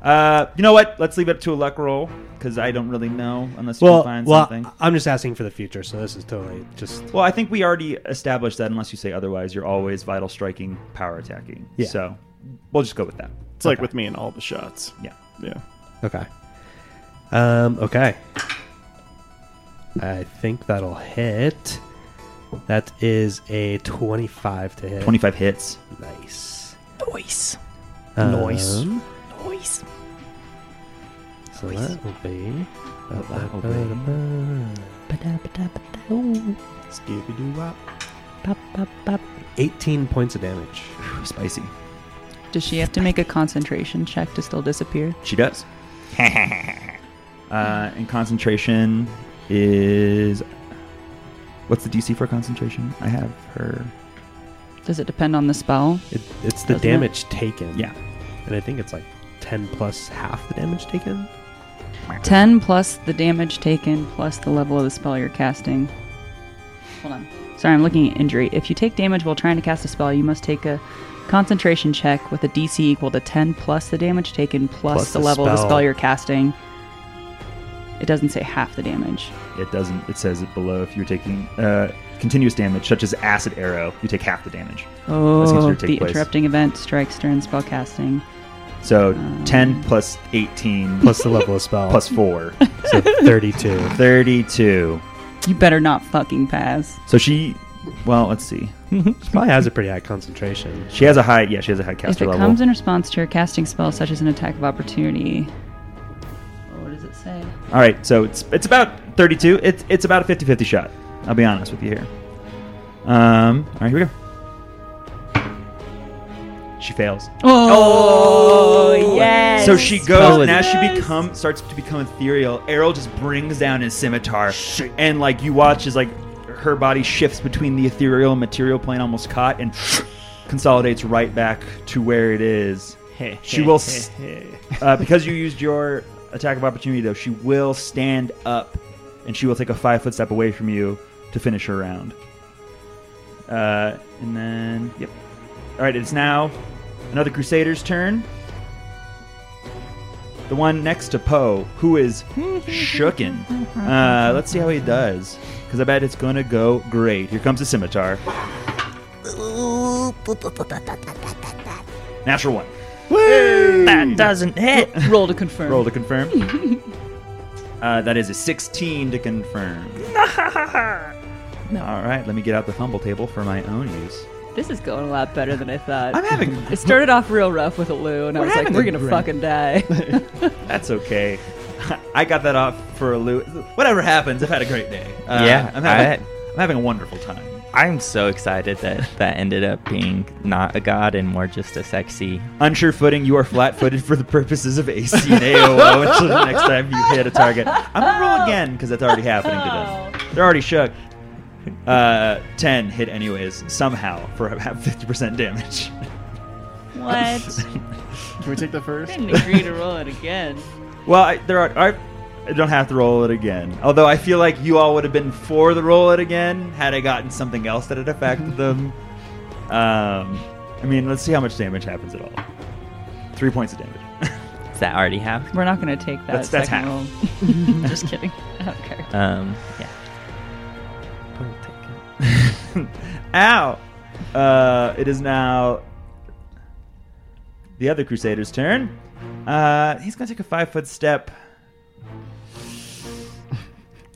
C: Uh you know what? Let's leave it up to a luck roll, because I don't really know unless you
A: well,
C: can find
A: well,
C: something.
A: I'm just asking for the future, so this is totally just
C: Well, I think we already established that unless you say otherwise, you're always vital striking, power attacking.
A: Yeah.
C: So we'll just go with that.
E: It's like
A: Okay.
E: with me and all the shots.
C: Yeah.
E: Yeah.
A: Okay. Um, okay. I think that'll hit. That is a 25 to hit.
C: 25 hits.
A: Nice.
D: Noise.
A: Nice.
D: Noise.
A: so that will be.
C: Oh, That'll be- Scooby-Doo wop.
A: 18 points of damage.
C: Spicy.
B: Does she have to make a concentration check to still disappear?
C: She does. uh, and concentration is. What's the DC for concentration? I have her.
B: Does it depend on the spell?
A: It, it's the
B: Doesn't it?
A: damage taken.
C: Yeah.
A: And I think it's like 10 plus half the damage taken.
B: 10 plus the damage taken plus the level of the spell you're casting. Hold on. Sorry, I'm looking at injury. If you take damage while trying to cast a spell, you must take a concentration check with a DC equal to 10 plus the damage taken plus,
A: Plus
B: the,
A: the
B: level of the
A: spell.
B: spell you're casting. It doesn't say half the damage.
C: It doesn't. It says it below. If you're taking uh, continuous damage, such as acid arrow, you take half the damage. That's
B: Oh,
C: considered take
B: the
C: place.
B: interrupting event strikes during spell casting.
C: So 10 plus 18 plus,
A: Plus the level of spell.
C: plus 4.
A: So 32.
C: 32.
B: You better not fucking pass.
C: So she. Well, let's see.
A: Probably has a pretty high concentration.
C: She has a high. Yeah, she has a high
B: If
C: caster
B: it
C: level.
B: comes in response to your casting spell, such as an attack of opportunity. Oh, What does it say?
C: All right, so it's it's about 32. It's it's about a 50-50 shot. I'll be honest with you here. Um, all right, here we go. She fails.
B: Oh, yes.
C: So she
D: Spell
C: goes
D: is-
C: now. She become starts to become ethereal. Errol just brings down his scimitar, and like you watch as like her body shifts between the ethereal and material plane, almost caught, and consolidates right back to where it is. She will, s- uh, because you used your attack of opportunity though. She will stand up, and she will take a five foot step away from you to finish her round. Uh, and then, yep. All right, it's now another Crusader's turn. The one next to Poe, who is shooken. Uh, let's see how he does, because I bet it's going to go great. Here comes the scimitar. Natural one.
D: That doesn't hit.
B: roll to confirm.
C: Oh. Roll to confirm. uh, that is a 16 to confirm. All right, let me get out the fumble table for my own use.
B: This is going a lot better than I thought.
C: I'm having.
B: it started off real rough with a Lou, and I
C: We're
B: was like,
C: having
B: we're
C: a
B: gonna
C: great-
B: fucking die.
C: That's okay. I got that off for a loot. Whatever happens, I've had a great day. Uh,
D: Yeah,
C: I'm having,
D: I-
C: I'm having a wonderful time.
D: I'm so excited that that ended up being not a god and more just a sexy.
C: Unsure footing, you are flat footed for the purposes of AC and AOO until the next time you hit a target. I'm going to roll again because that's already happening to them. They're already shook. Uh, 10 hit anyways, somehow, for about 50% damage.
B: what?
E: Can we take the first?
B: agree to roll it again.
C: Well, I, there are. I, I don't have to roll it again. Although I feel like you all would have been for the roll it again had I gotten something else that had affected them. Um, I mean, let's see how much damage happens at all. Three points of damage.
D: Does that already happen?
B: We're not gonna take that
C: That's- that's Uh,
B: second roll. Just kidding. I don't care.
D: Um, yeah. I'll take
C: Ow! Uh, it is now the other Crusader's turn. Uh, he's going to take a five foot step.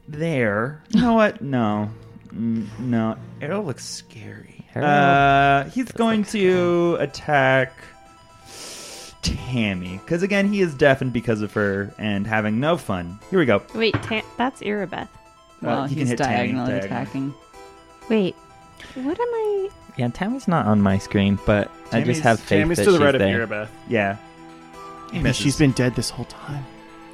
C: There. You know what? No. Mm, no. Errol looks scary.
D: Errol
C: uh, he's
D: does
C: going
D: look
C: to attack Tammy. Because, again, he is deafened because of her and having no fun. Here we go.
F: Wait, ta- that's Irabeth.
B: Well,
C: Uh, he can
B: he's
C: hit Tammy,
B: diagonally
C: diagonal.
B: attacking.
F: Wait, what am I?
D: it. Yeah, Tammy's not on my screen, but I just have faith
E: Tammy's
D: that
E: to the
D: she's
E: right
D: there.
E: of Erebeth.
C: Yeah.
E: Maybe
C: Misses.
E: she's been dead this whole time.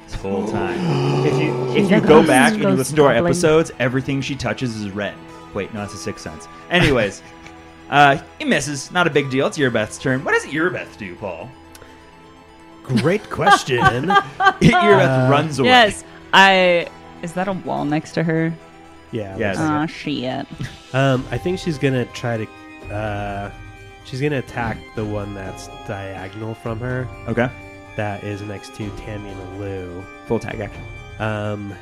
C: It's full time. If you if
F: She's
C: you
F: like,
C: go
F: "Oh,
C: back and
F: this
C: you
F: goes
C: listen to our
F: bubbling."
C: episodes, everything she touches is red. Wait, no, it's a sixth sense. Anyways, uh, he misses. Not a big deal. It's Earbeth's turn. What does Earbeth do, Paul?
A: Great question.
C: Earbeth
A: Uh,
C: runs away.
B: Yes, I. Is that a wall next to her?
A: yeah.
C: Yes.
A: that's-
B: Aw, shit.
A: Um, I think she's gonna try to. Uh, she's gonna attack the one that's diagonal from her.
C: Okay.
A: That is next to Tammy and Lou.
C: Full tag action.
A: Um,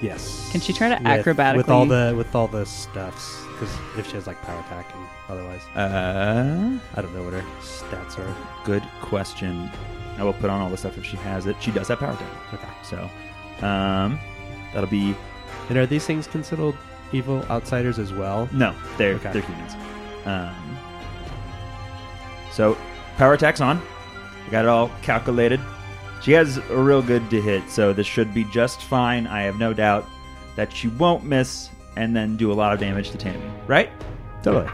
A: yes.
B: Can she try to
A: acrobatic with all
B: acrobatically-
A: the with all the stuffs? Because if she has like power attack and otherwise,
C: Uh,
A: I don't know what her stats are.
C: good question. I will put on all the stuff if she has it. She does have power attack.
A: Okay.
C: So, um, that'll be
A: And are these things considered evil outsiders as well?
C: No, they're
A: Okay.
C: they're humans. Um, so power attacks on. I got it all calculated. She has a real good to hit, so this should be just fine. I have no doubt that she won't miss and then do a lot of damage to Tammy. Right?
A: Totally.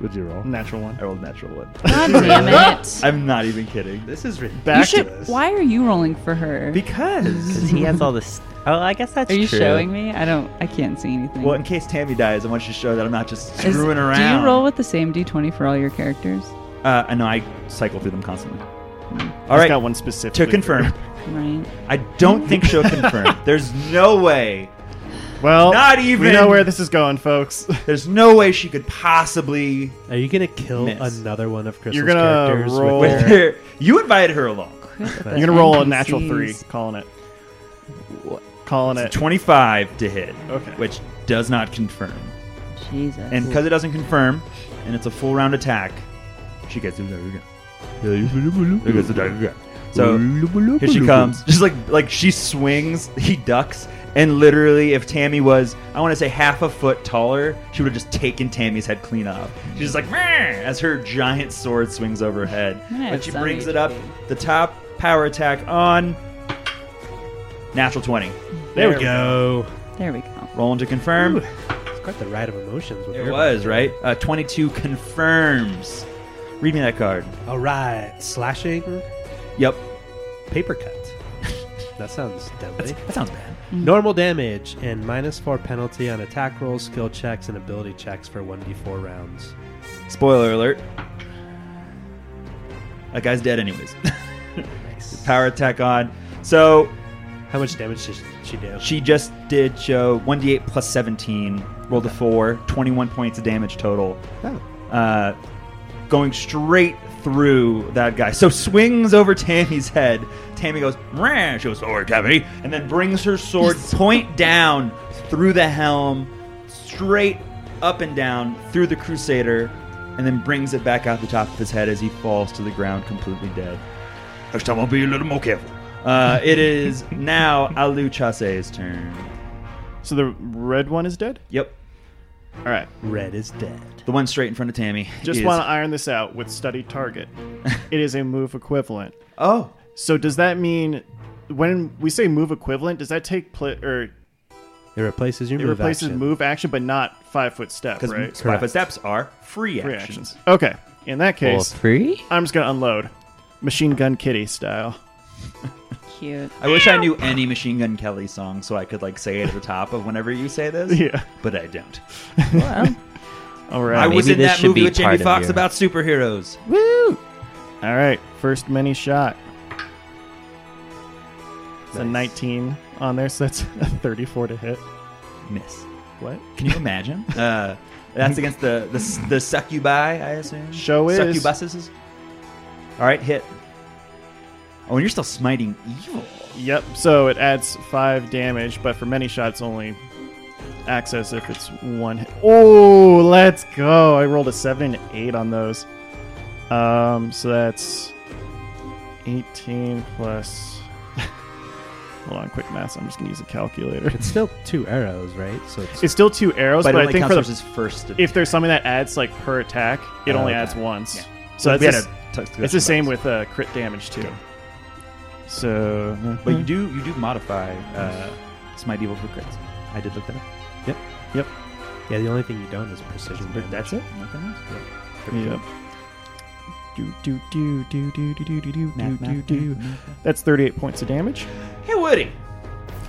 C: What'd you roll?
E: Natural one.
C: I rolled a natural one.
B: God damn it.
C: I'm not even kidding.
A: This is
B: You
A: ridiculous.
B: should, why are you rolling for her?
C: Because.
D: Because he has all this. Oh, I guess that's
B: Are you
D: true.
B: showing me? I don't. I can't see anything.
C: Well, in case Tammy dies, I want you to show that I'm not just
B: Is-
C: screwing around.
B: Do you roll with the same d20 for all your characters?
C: Uh, I know I cycle through them constantly. All
A: Hmm.
E: He's
C: right.
E: got one specific.
C: To confirm,
B: Right.
C: I don't think she'll confirm. There's no way.
E: Well,
C: Not even.
E: We know where this is going, folks.
C: There's no way she could possibly.
A: Are you gonna kill
C: Miss.
A: another one of Crystal's
E: You're gonna
A: characters? with
E: roll-
A: your-
C: With her, you invited her along.
E: You're gonna roll a natural three. Calling it. Calling
C: It's a
E: it.
C: 25 to hit,
E: Okay.
C: which does not confirm.
B: Jesus.
C: And because it doesn't confirm, and it's a full round attack, she gets it again. She gets it again. So here she comes. Just like like she swings, he ducks, and literally, if Tammy was, I want to say half a foot taller, she would have just taken Tammy's head clean off. She's just like "Meh," as her giant sword swings over her head.
B: I'm gonna
C: When
B: have
C: she
B: some
C: brings it
B: HP.
C: up, the top power attack on natural twenty.
E: There we
A: go.
B: There we go.
C: Rolling to confirm.
A: It's quite the ride of emotions. With
C: It
A: her.
C: was, right? Uh, 22 confirms. Read me that card.
A: All right, slashing
C: Yep.
A: paper cut. That sounds
C: That's,
A: deadly.
C: that sounds bad.
A: Normal damage and minus four penalty on attack rolls, skill checks, and ability checks for one d four rounds.
C: Spoiler alert. That guy's dead, anyways.
A: Nice.
C: Power attack on. So
A: How much damage did she do?
C: she just did show 1d8 plus 17, rolled a 4, 21 points of damage total.
A: Oh.
C: uh, going straight through that guy. So swings over Tammy's head. Tammy goes, Meh. she goes, sorry, Tammy, and then brings her sword point down through the helm, straight up and down through the crusader, and then brings it back out the top of his head as he falls to the ground completely dead. Next time I'll be a little more careful. Uh, it is now Alu Chase's turn.
E: So the red one is dead.
C: Yep.
E: All right.
A: Red is dead.
C: The one straight in front of Tammy.
E: Just
C: is-
E: want to iron this out with study target. it is a move equivalent.
C: Oh.
E: So does that mean when we say move equivalent, does that take pla or
A: It replaces your
E: it
A: move
E: replaces
A: action.
E: move action, but not five foot step,
C: Because
E: right?
C: five
A: Correct.
C: steps are free actions.
E: Three actions. Okay. In that
D: Well,
E: case,
D: free?
E: I'm just gonna unload, machine gun kitty style.
B: Cute.
C: I wish I knew any Machine Gun Kelly song so I could like say it at the top of whenever you say this.
E: Yeah.
C: But I don't.
D: Well,
E: All
C: I
E: right.
D: Uh, maybe
C: was in
D: this
C: that
D: should
C: movie
D: be
C: with Jamie
D: part of
C: Foxx
D: your-
C: about superheroes.
E: Woo! All right. First mini shot. It's a
C: Nice.
E: 19 on there, so that's a 34 to hit.
C: Miss.
E: What?
C: Can you imagine? uh, that's against the the, the succubi, I assume.
E: Show is.
C: Succubuses. All right, hit. Oh, and you're still smiting evil.
E: Yep. So it adds five damage, but for many shots only access if it's one. Hit. Oh, let's go! I rolled a seven and an eight on those. Um, so that's eighteen plus. Hold on, quick math. I'm just gonna use a calculator.
A: It's still two arrows, right? So it's,
E: It's still two arrows,
C: But, it
E: but, I
C: only
E: think
C: counts
E: for
C: towards
E: the,
C: his first.
E: if there's something that adds like per attack, it
C: Oh,
E: only
C: okay.
E: adds once.
C: Yeah.
E: So
C: We
E: that's
C: had
E: just-
C: a tuck-
E: it's the same
C: tuck-
E: with uh, crit damage too. So, hmm.
C: But you do you do modify uh, smite evil for crits. I did look that up.
A: yeah. The only thing you don't is precision.
C: But
A: Damage.
C: that's it. Nothing else.
E: Yep. Do do do do do do do do do do
C: Math,
E: do
C: math,
E: do.
C: math, math,
E: That's thirty-eight points of damage.
C: Hey, Woody.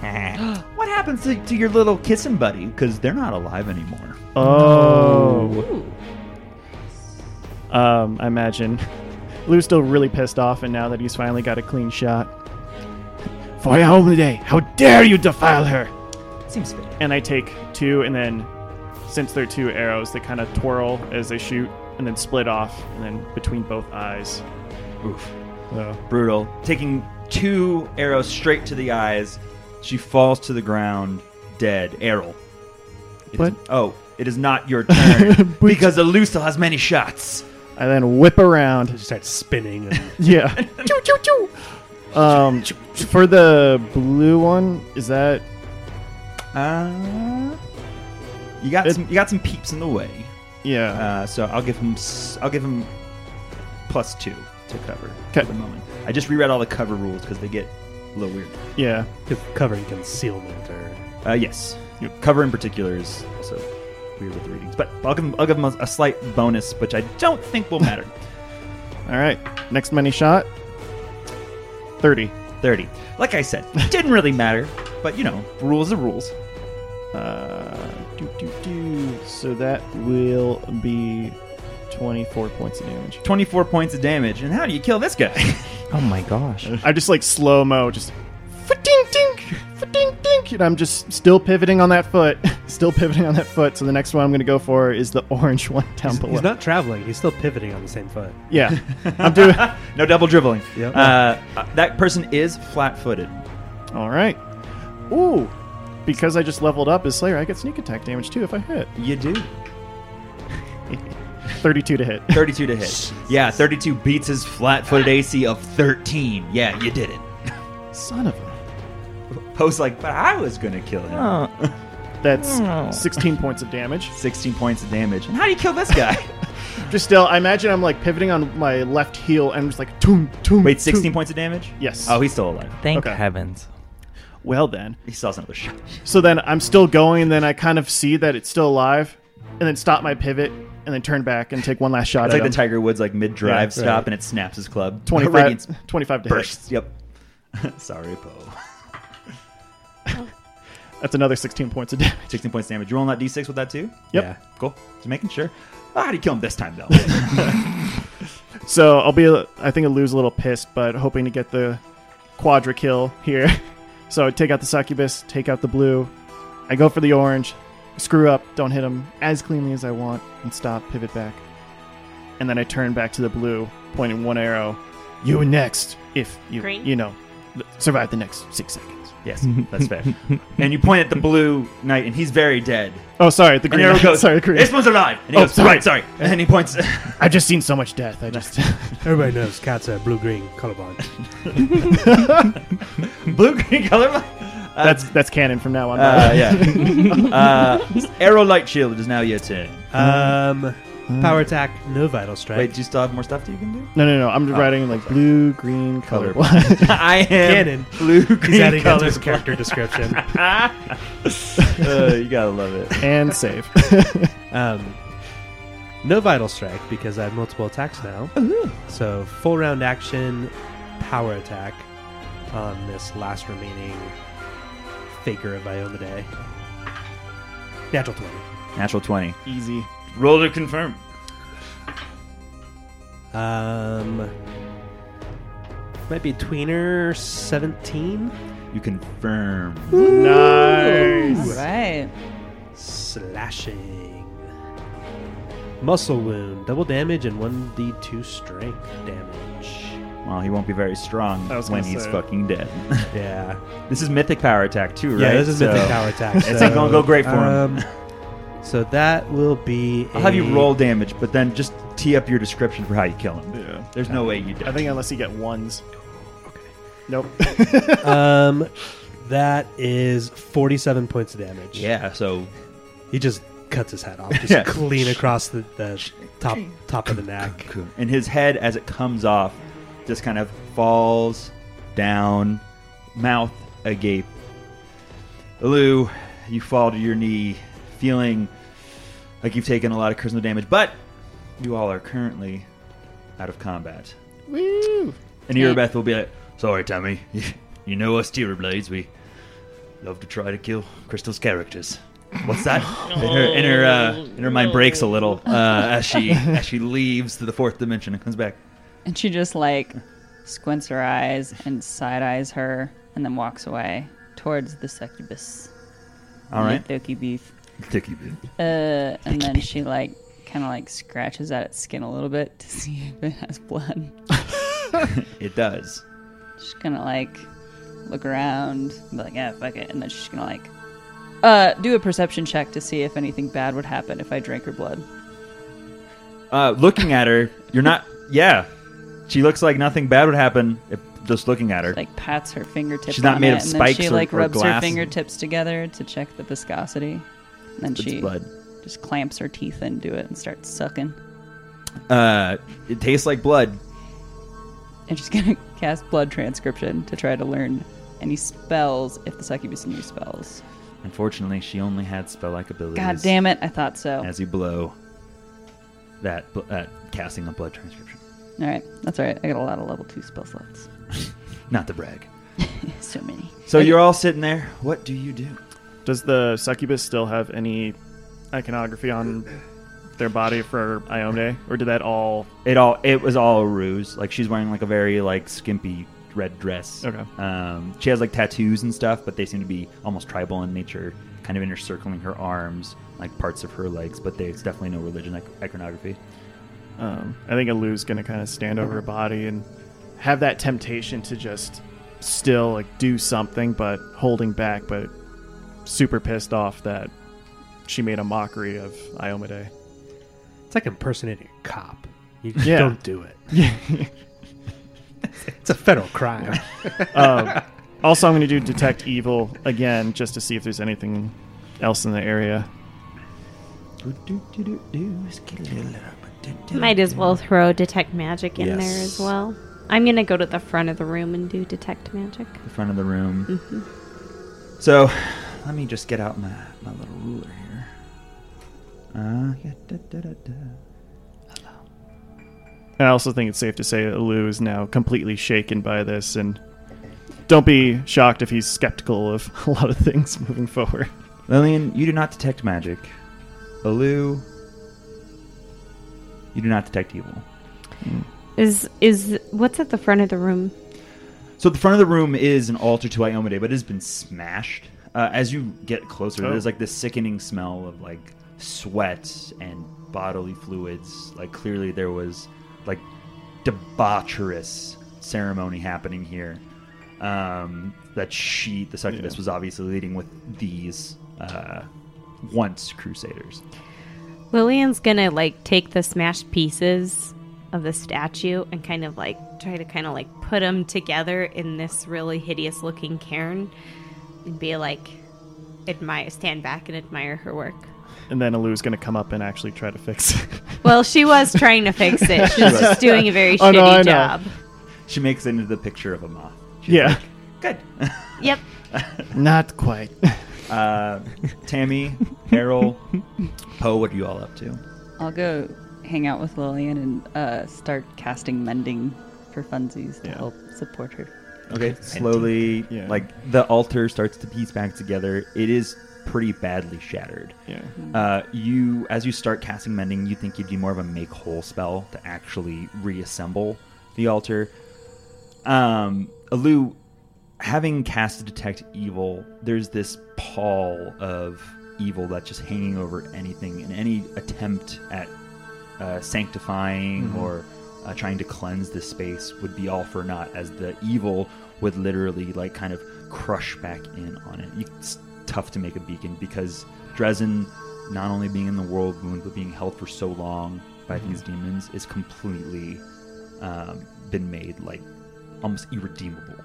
C: what happens to, to your little kissing buddy? Because they're not alive anymore.
E: Oh,
B: Ooh.
E: um, I imagine Lou's still really pissed off, and now that he's finally got a clean shot. For your home today, how dare you defile her!
C: Seems fitting.
E: And I take two, and then since they're two arrows, they kind of twirl as they shoot, and then split off, and then between both eyes.
C: Oof.
E: So
C: Brutal. Taking two arrows straight to the eyes, she falls to the ground, dead. Errol. It is-
E: But-
C: oh, it is not your turn because Alou still has many shots.
E: I then whip around.
A: She starts spinning. And
E: Yeah. Um, for the blue one, is that
C: Uh, you got
E: It-
C: some, you got some peeps in the way.
E: yeah?
C: Uh, so I'll give him s- I'll give him plus two to cover
E: Okay.
C: for the moment. I just reread all the cover rules because they get a little weird.
E: yeah.
A: Because covering concealment or
C: Uh, yes, Your cover in particular is also weird with the readings, but I'll give him, I'll give him a, a slight bonus, which I don't think will matter.
E: All right. Next money shot. Thirty.
C: Thirty. Like I said, didn't really matter, but you know, rules are rules.
E: Uh, do do do. So that will be twenty-four points of damage.
C: Twenty-four points of damage, and how do you kill this guy?
D: Oh my gosh.
E: I just like slow mo, just fa-dink, dink, fa-dink, dink, and I'm just still pivoting on that foot, still pivoting on that foot. So the next one I'm going to go for is the orange one down
A: he's,
E: below.
A: he's not traveling. He's still pivoting on the same foot.
E: yeah, I'm doing.
C: no double dribbling.
A: Yep.
C: Uh, uh, that person is flat-footed.
E: All right. Ooh, because I just leveled up as Slayer, I get sneak attack damage too if I hit.
C: You do.
E: 32 to hit.
C: 32 to hit. Yeah, 32 beats his flat footed AC of 13. Yeah, you did it.
E: Son of a.
C: Post like, but I was gonna kill him.
D: Oh,
E: That's
D: Oh.
E: 16 points of damage.
C: 16 points of damage. And how do you kill this guy?
E: Just still, I imagine I'm like pivoting on my left heel and I'm just like toom toom.
C: Wait, 16
E: toom.
C: points of damage?
E: Yes.
C: Oh, he's still alive.
D: thank
E: Okay.
D: heavens.
E: Well then.
C: He still has another shot.
E: So then I'm still going, and then I kind of see that it's still alive, and then stop my pivot, and then turn back and take one last shot
C: It's
E: at
C: like the
E: him.
C: Tiger Woods like mid drive
A: Yeah,
C: stop
A: right.
C: and it snaps his club.
E: 25,
C: Radiance
E: 25 to hit.
C: bursts. Yep. Sorry, Poe.
E: That's another 16 points of damage.
C: 16 points of damage. You rolling that d6 with that too?
E: Yep.
A: Yeah.
C: Cool. Just making sure. Ah, how do you kill him this time though?
E: So I'll be, I think I'll lose a little pissed, but hoping to get the quadra kill here. so I take out the succubus, take out the blue. I go for the orange, screw up, don't hit him as cleanly as I want, and stop, pivot back. And then I turn back to the blue, pointing one arrow. You next, if you,
F: Green?
E: you know, survive the next six seconds.
C: yes, that's fair. and you point at the blue knight and he's very dead.
E: Oh, sorry, the
C: And
E: green.
C: the arrow goes,
E: sorry, the green.
C: this one's alive. And he
E: Oh,
C: goes,
E: sorry.
C: right, sorry. And then he points.
E: I've just seen so much death. I just.
A: Everybody knows cats are blue green colorblind.
C: blue green color. Uh,
E: that's that's canon from now on.
C: uh, yeah. uh, arrow light shield is now your turn.
A: Um, power attack, no vital strike.
C: Wait, do you still have more stuff that you can do?
E: no, no, no.
C: Oh.
E: I'm writing like blue, green,
C: Color.
E: colorblind.
C: I am
A: Canon.
C: blue
A: He's
C: green
A: adding that to
C: color.
A: his character description.
C: uh, you gotta love it.
E: and save.
A: Um, no vital strike because I have multiple attacks now. So full round action, power attack on this last remaining faker of Iomade. Natural twenty.
C: Natural twenty.
E: Easy.
C: Roll to confirm.
A: Um, might be tweener seventeen.
C: You confirm.
B: All
E: Nice.
B: right.
A: Slashing. Muscle wound, double damage, and 1d2 strength damage.
C: Well, he won't be very strong
E: I was
C: when
E: gonna
C: he's
E: say.
C: fucking dead.
A: Yeah.
C: this is mythic power attack too, right?
A: Yeah, this is
C: So-
A: mythic power attack.
C: It's not gonna go great for him.
A: um, so that will be.
C: I'll have you
A: a-
C: roll damage, but then just tee up your description for how you kill him.
E: Yeah.
C: There's no way you do.
E: I think unless you get ones. Nope.
A: Um, that is 47 points of damage.
C: Yeah. So
A: He just cuts his head off, just
C: Yeah.
A: clean across the, the top top of the neck.
C: And his head, as it comes off, just kind of falls down, mouth agape. Lou, you fall to your knee, feeling like you've taken a lot of charisma damage, but you all are currently out of combat.
E: Woo.
C: And Erebeth will be like, Sorry, Tammy. You know us Blades, we love to try to kill Crystal's characters. What's that? and her, and her, uh, and her mind breaks a little uh, as she as she leaves to the fourth dimension and comes back.
B: And she just like squints her eyes and side eyes her and then walks away towards the succubus.
C: All right.
B: Lithoki beef.
C: Sticky bit.
B: Uh, and then she like kind of like scratches at its skin a little bit to see if it has blood.
C: It does.
B: She's gonna like look around, and be like, yeah, fuck it, and then she's gonna like uh do a perception check to see if anything bad would happen if I drank her blood.
C: Uh, looking at her, you're not. Yeah, she looks like nothing bad would happen if just looking at her.
B: like pats her fingertips.
C: She's not
B: on
C: made
B: it,
C: of
B: and
C: spikes
B: then she
C: or-
B: like
C: or
B: rubs her
C: glass.
B: fingertips together to check the viscosity. And then
C: it's
B: she
C: blood.
B: just clamps her teeth into it and starts sucking.
C: Uh, it tastes like blood.
B: And she's gonna cast blood transcription to try to learn any spells if the succubus knew spells.
C: Unfortunately, she only had spell-like abilities.
B: God damn it! I thought so.
C: As you blow that bl- uh, casting of blood transcription.
B: All right, that's all right. I got a lot of level two spell slots.
C: Not the brag.
B: so many.
C: So you're all sitting there. What do you do?
E: Does the succubus still have any iconography on their body for Ione? Or did that all.
C: It all it was all a ruse. Like she's wearing like a very like skimpy red dress.
E: Okay.
C: Um, she has like tattoos and stuff, but they seem to be almost tribal in nature, kind of intercircling her arms, like parts of her legs. But there's definitely no religion like iconography.
E: Um, I think Alu's going to kind of stand over her body and have that temptation to just still like do something, but holding back, but super pissed off that she made a mockery of Iomade.
A: It's like impersonating a cop. You just
E: Yeah.
A: don't do it. It's a federal crime.
E: um, also, I'm going to do detect evil again just to see if there's anything else in the area.
F: Might as well throw detect magic in there
C: Yes.
F: as well. I'm gonna go to the front of the room and do detect magic.
C: The front of the room.
F: Mm-hmm.
C: So, let me just get out my my little ruler here. Uh, yeah, da, da, da, da.
E: And I also think it's safe to say that Lou is now completely shaken by this, and don't be shocked if he's skeptical of a lot of things moving forward.
C: Lillian, you do not detect magic. Alu, you do not detect evil.
F: Is is what's at the front of the room?
C: So the front of the room is an altar to Iomade, but it has been smashed. Uh, as you get closer,
E: Oh.
C: there's like this sickening smell of like sweat and bodily fluids. Like clearly there was like debaucherous ceremony happening here. Um, that she, the succubus,
E: Yeah.
C: was obviously leading with these uh, once crusaders.
F: Lillian's gonna like take the smashed pieces of the statue and kind of like try to kind of like put them together in this really hideous looking cairn and be like admire stand back and admire her work.
E: And then Alu's going to come up and actually try to fix it.
F: Well, she was trying to fix it. She's just doing a very
E: Oh,
F: shitty
E: no, I know.
F: job.
C: She makes it into the picture of a moth. She's
E: yeah.
C: Good.
F: Yep.
E: Not quite.
C: Uh, Tammy, Harold, Poe, what are you all up to?
B: I'll go hang out with Lillian and uh, start casting mending for funsies to
E: Yeah.
B: help support her.
C: Okay, slowly,
E: Yeah.
C: like the altar starts to piece back together. It is pretty badly shattered.
E: yeah.
C: Uh, you, as you start casting mending, you think you'd do more of a make whole spell to actually reassemble the altar. Um, Alu, having cast detect evil, there's this pall of evil that's just hanging over anything and any attempt at uh, sanctifying or uh, trying to cleanse this space would be all for naught, as the evil would literally like kind of crush back in on it. You- It's tough to make a beacon because Dresden, not only being in the world wound but being held for so long by these demons, is completely um, been made like almost irredeemable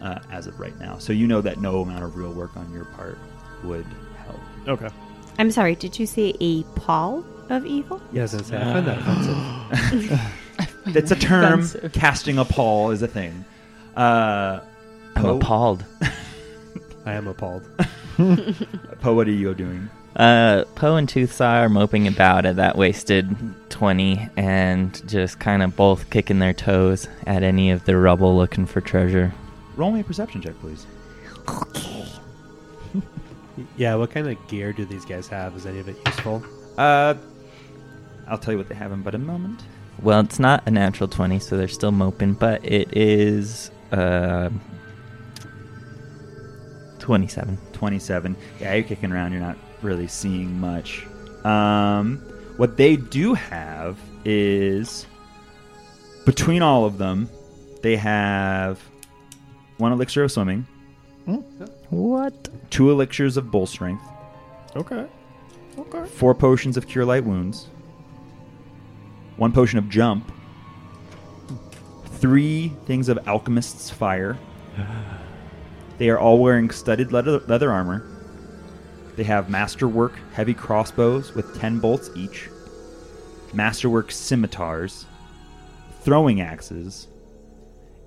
C: uh, as of right now. So you know that no amount of real work on your part would help.
E: Okay.
F: I'm sorry. Did you say a pall of evil?
A: yes, I find that offensive.
C: That's a term.
B: Offensive.
C: Casting a pall is a thing. Uh,
D: I'm
C: Poe,
D: appalled.
A: I am appalled.
C: Poe, what are you doing?
D: Uh, Poe and Toothsaw are moping about at that wasted 20 and just kind of both kicking their toes at any of the rubble looking for treasure.
C: Roll me a perception check, please.
A: Yeah, what kind of gear do these guys have? Is any of it useful?
C: Uh, I'll tell you what they have in but a moment.
D: Well, it's not a natural 20, so they're still moping, but it is uh, 27.
C: 27. Yeah, you're kicking around. You're not really seeing much. Um, what they do have is between all of them, they have one elixir of swimming,
D: What?
C: two elixirs of bull strength,
E: Okay. Okay.
C: four potions of cure light wounds, one potion of jump, three things of Alchemist's Fire. They are all wearing studded leather, leather armor. They have masterwork heavy crossbows with 10 bolts each, masterwork scimitars, throwing axes,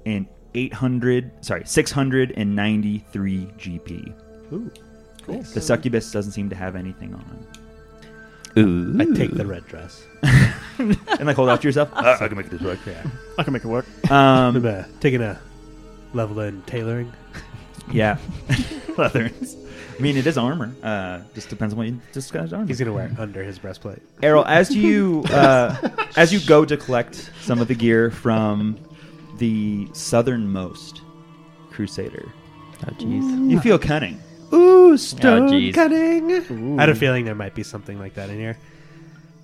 C: and 800, sorry, 693 GP.
A: Ooh, cool.
C: The succubus doesn't seem to have anything on.
D: Ooh.
A: I take the red dress.
C: And like hold out to yourself. "Uh, I can make this work.
E: I can make it work.
C: Um,
A: I'm uh, taking a level in tailoring.
C: Yeah. Leathers. I mean, it is armor. Uh, just depends on what you disguise armor.
A: He's gonna wear it under his breastplate.
C: Errol, as you uh, as you go to collect some of the gear from the southernmost crusader,
D: Oh, jeez.
C: you feel cunning.
A: Ooh, stone
D: jeez.
A: cutting. Oh, I had a feeling there might be something like that in here.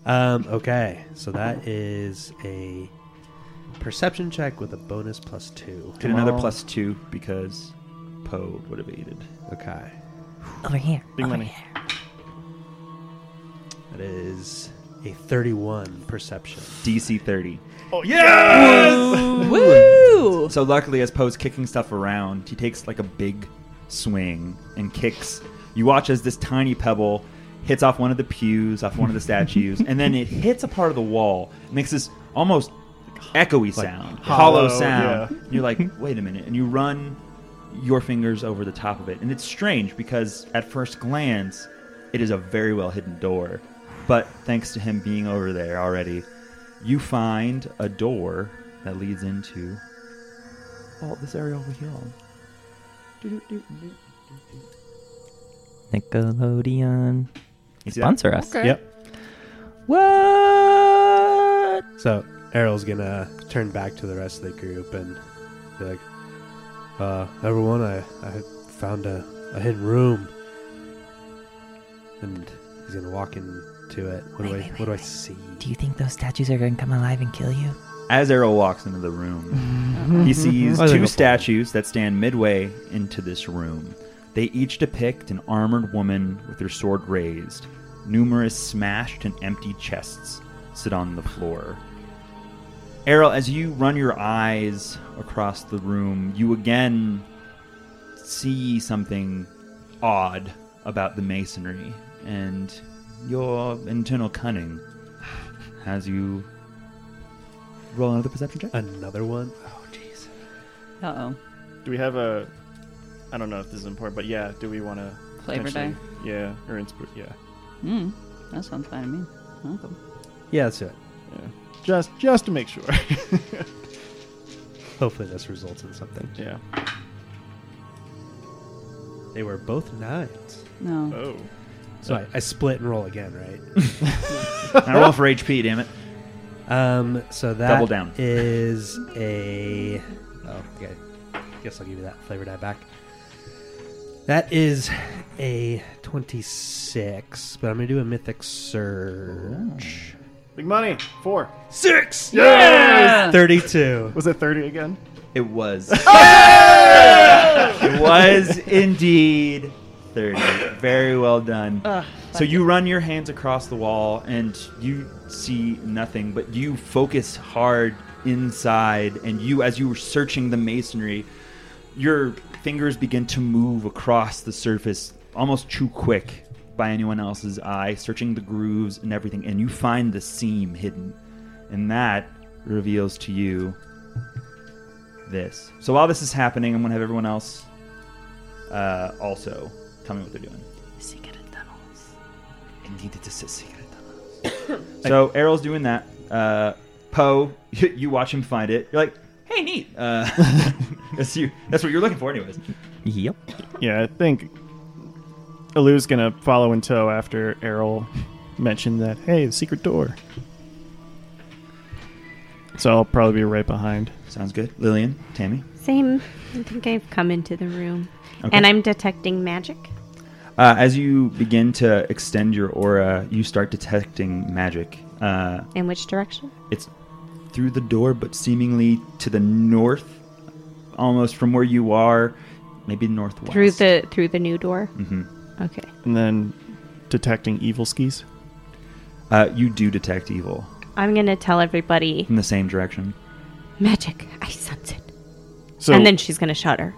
A: Um, okay, so that is a perception check with a bonus plus two.
C: Get another plus two because Poe would have aided.
A: Okay,
F: Over here.
E: Big money.
A: that is a thirty-one perception.
C: DC 30.
E: Oh yes!
B: Woo!
C: So luckily, as Poe's kicking stuff around, he takes like a big swing and kicks. You watch as this tiny pebble hits off one of the pews, off one of the statues, and then it hits a part of the wall, makes this almost echoey sound, hollow,
E: hollow,
C: sound.
E: yeah.
C: And you're like, wait a minute, and you run your fingers over the top of it, and it's strange because at first glance, it is a very well hidden door, but thanks to him being over there already, you find a door that leads into Oh, this area over here.
D: Nickelodeon.
C: You see that?
D: Sponsor us.
A: Yep.
D: What?
A: So Errol's gonna turn back to the rest of the group and be like, uh, "Everyone, I I found a, a hidden room." And he's gonna walk into it. What do I
D: Wait, wait,
A: What do I
D: wait, wait.
A: see?
D: you think those statues are going to come alive and kill you?
C: As Errol walks into the room, he sees
A: Oh, there we
C: two
A: go.
C: statues that stand midway into this room. They each depict an armored woman with her sword raised. Numerous smashed and empty chests sit on the floor. Errol, as you run your eyes across the room, you again see something odd about the masonry and your internal cunning as you roll another perception check.
A: Another one? Oh, jeez.
B: Uh oh.
E: Do we have a? I don't know if this is important, but yeah, do we want to
B: Flavor day.
E: Yeah, or inspir- yeah,
B: Mm, that sounds fine to me. Oh. Welcome.
A: Yeah, that's it.
E: yeah. Just just to make sure.
A: Hopefully, this results in something.
E: yeah.
A: They were both nines.
B: No.
E: Oh.
A: So I, I split and roll again, right?
C: I roll for HP, damn it.
A: Um, so that
C: Double down.
A: is a. Oh, okay. Guess I'll give you that flavor die back. That is a twenty-six, but I'm gonna do a mythic surge.
E: Big money. Four.
A: Six.
B: Yeah!
A: Thirty-two.
E: Was it thirty again?
C: It was. it was indeed 30. Very well done. so you run your hands across the wall and you see nothing, but you focus hard inside, and you, as you were searching the masonry, your fingers begin to move across the surface almost too quick by anyone else's eye, searching the grooves and everything, and you find the seam hidden. And that reveals to you this. So while this is happening, I'm going to have everyone else uh, also tell me what they're doing.
B: Secret tunnels.
C: Indeed, it is a secret. so Errol's doing that. Uh, Poe, you, you watch him find it. You're like, hey, neat. Uh, that's you. That's what you're looking for, anyways.
D: Yep.
E: Yeah, I think Alu's gonna follow in tow after Errol mentioned that. Hey, the secret door. So I'll probably be right behind.
C: Sounds good. Lillian, Tammy.
F: Same. I think I've come into the room.
C: Okay.
F: And I'm detecting magic.
C: Uh, as you begin to extend your aura, you start detecting magic. Uh,
F: In which direction?
C: It's through the door, but seemingly to the north, almost from where you are, maybe northwest.
F: Through the through the new door.
C: Mhm.
E: Mm.
F: Okay.
E: And then detecting evil skis.
C: Uh, you do detect evil
F: I'm gonna tell everybody
C: Hmm. in the same direction.
F: Magic. I sense it.
E: So,
F: and then she's going to shudder.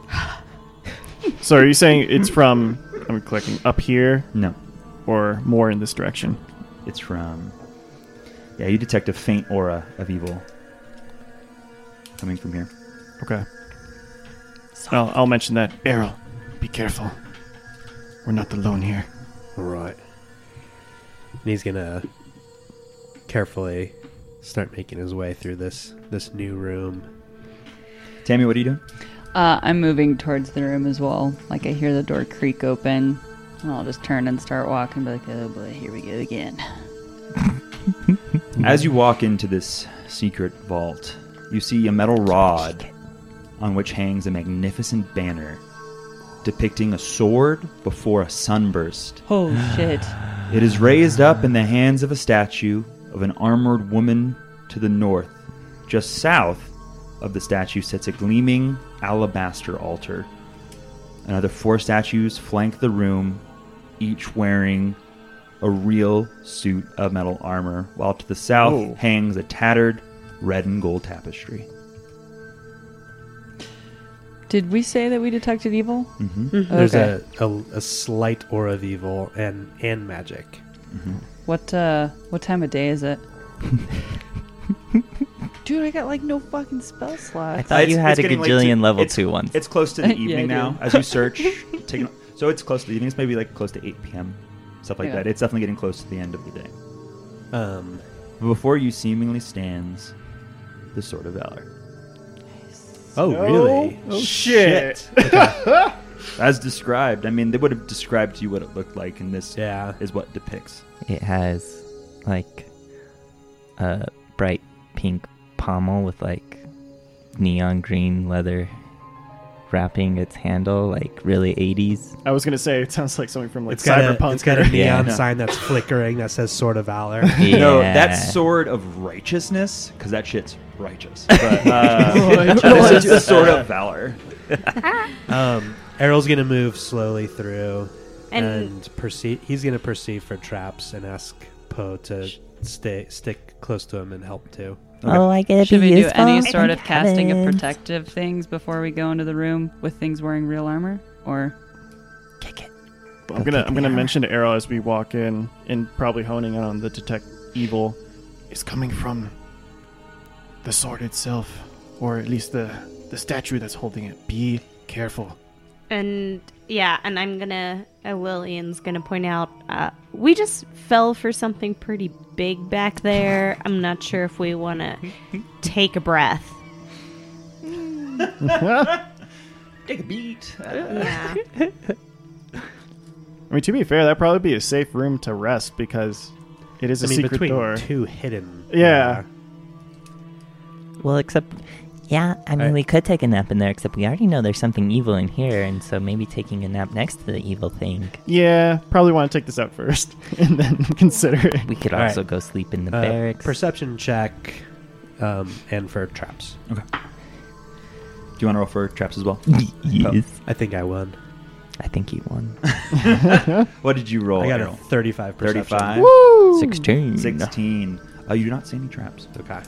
E: so are you saying it's from? I'm clicking up here
C: No,
E: or more in this direction.
C: it's from. Yeah, you detect a faint aura of evil coming from here.
E: Okay. I'll, I'll mention that. Errol, be careful. We're not alone here.
A: All right. And he's gonna carefully start making his way through this this new room.
C: Tammy, what are you doing?
B: Uh, I'm moving towards the room as well. Like I hear the door creak open, and I'll just turn and start walking. Be like, oh boy, here we go again.
C: As you walk into this secret vault, you see a metal rod on which hangs a magnificent banner depicting a sword before a sunburst.
B: Oh shit!
C: It is raised up in the hands of a statue of an armored woman to the north. Just south of the statue sits a gleaming alabaster altar. Another four statues flank the room, each wearing a real suit of metal armor, while to the south
E: Whoa.
C: hangs a tattered red and gold tapestry.
B: Did we say that we detected evil?
C: hmm
A: There's
B: Okay.
A: a, a a slight aura of evil and and magic.
C: Mm-hmm.
B: What uh? What time of day is it? Dude, I got like no fucking spell slots.
D: I thought you had a gajillion level
C: it's,
D: two ones.
C: It's close to the
B: Yeah, I
C: evening
B: do.
C: now. As you search, taking so it's close to the evening. It's maybe like close to eight p.m. Stuff like
B: Yeah.
C: that. It's definitely getting close to the end of the day.
A: Um,
C: But before you seemingly stands the sword of valor,
A: oh really?
E: Oh shit!
C: as described. I mean, they would have described to you what it looked like, and this
A: Yeah.
C: is what depicts.
D: It has like a bright pink pommel with like neon green leather wrapping its handle, like really 80s.
E: I was gonna say it sounds like something from like
A: It's got, a,
E: Cyberpunk.
A: it's got a
E: or-
D: Yeah,
A: neon
C: no.
A: sign that's flickering that says "Sword of Valor."
C: No,
D: Yeah.
C: that's sword of righteousness, because that shit's righteous. But uh,
E: Righteous.
C: this is the sword of valor.
A: Um, Errol's gonna move slowly through and,
F: And-
A: perceive. He's gonna perceive for traps and ask Poe to stay stick close to him and help too.
C: Oh,
D: I get
B: Should we do any sort of casting of protective things before we go into the room with things wearing real armor? Or
E: I'm gonna I'm gonna mention to Arrow as we walk in and probably honing in on the detect evil is coming from the sword itself, or at least the the statue that's holding it. Be careful.
F: And yeah, and I'm gonna, uh, Lillian's gonna point out, uh, we just fell for something pretty big back there. I'm not sure if we want to take a breath.
C: Take a beat.
F: Yeah.
E: I mean, to be fair, that'd probably be a safe room to rest because it is a
A: I mean,
E: secret
A: between
E: door.
A: two hidden.
E: Yeah.
D: Well, except, yeah, I mean,
A: Alright.
D: we could take a nap in there, except we already know there's something evil in here, and so maybe taking a nap next to the evil thing.
E: Yeah, probably want to take this out first and then consider it.
D: We could
A: Alright.
D: also go sleep in the
A: uh, uh,
D: barracks.
A: perception check, um, and for traps.
C: Do you want to roll for traps as well?
D: yes.
A: I think I won.
D: I think he won.
C: Oh. What did you roll?
A: I got a
C: Errol?
A: thirty-five. Perception.
C: 35.
D: 16.
C: 16. Uh, you do not see any traps.
A: Okay.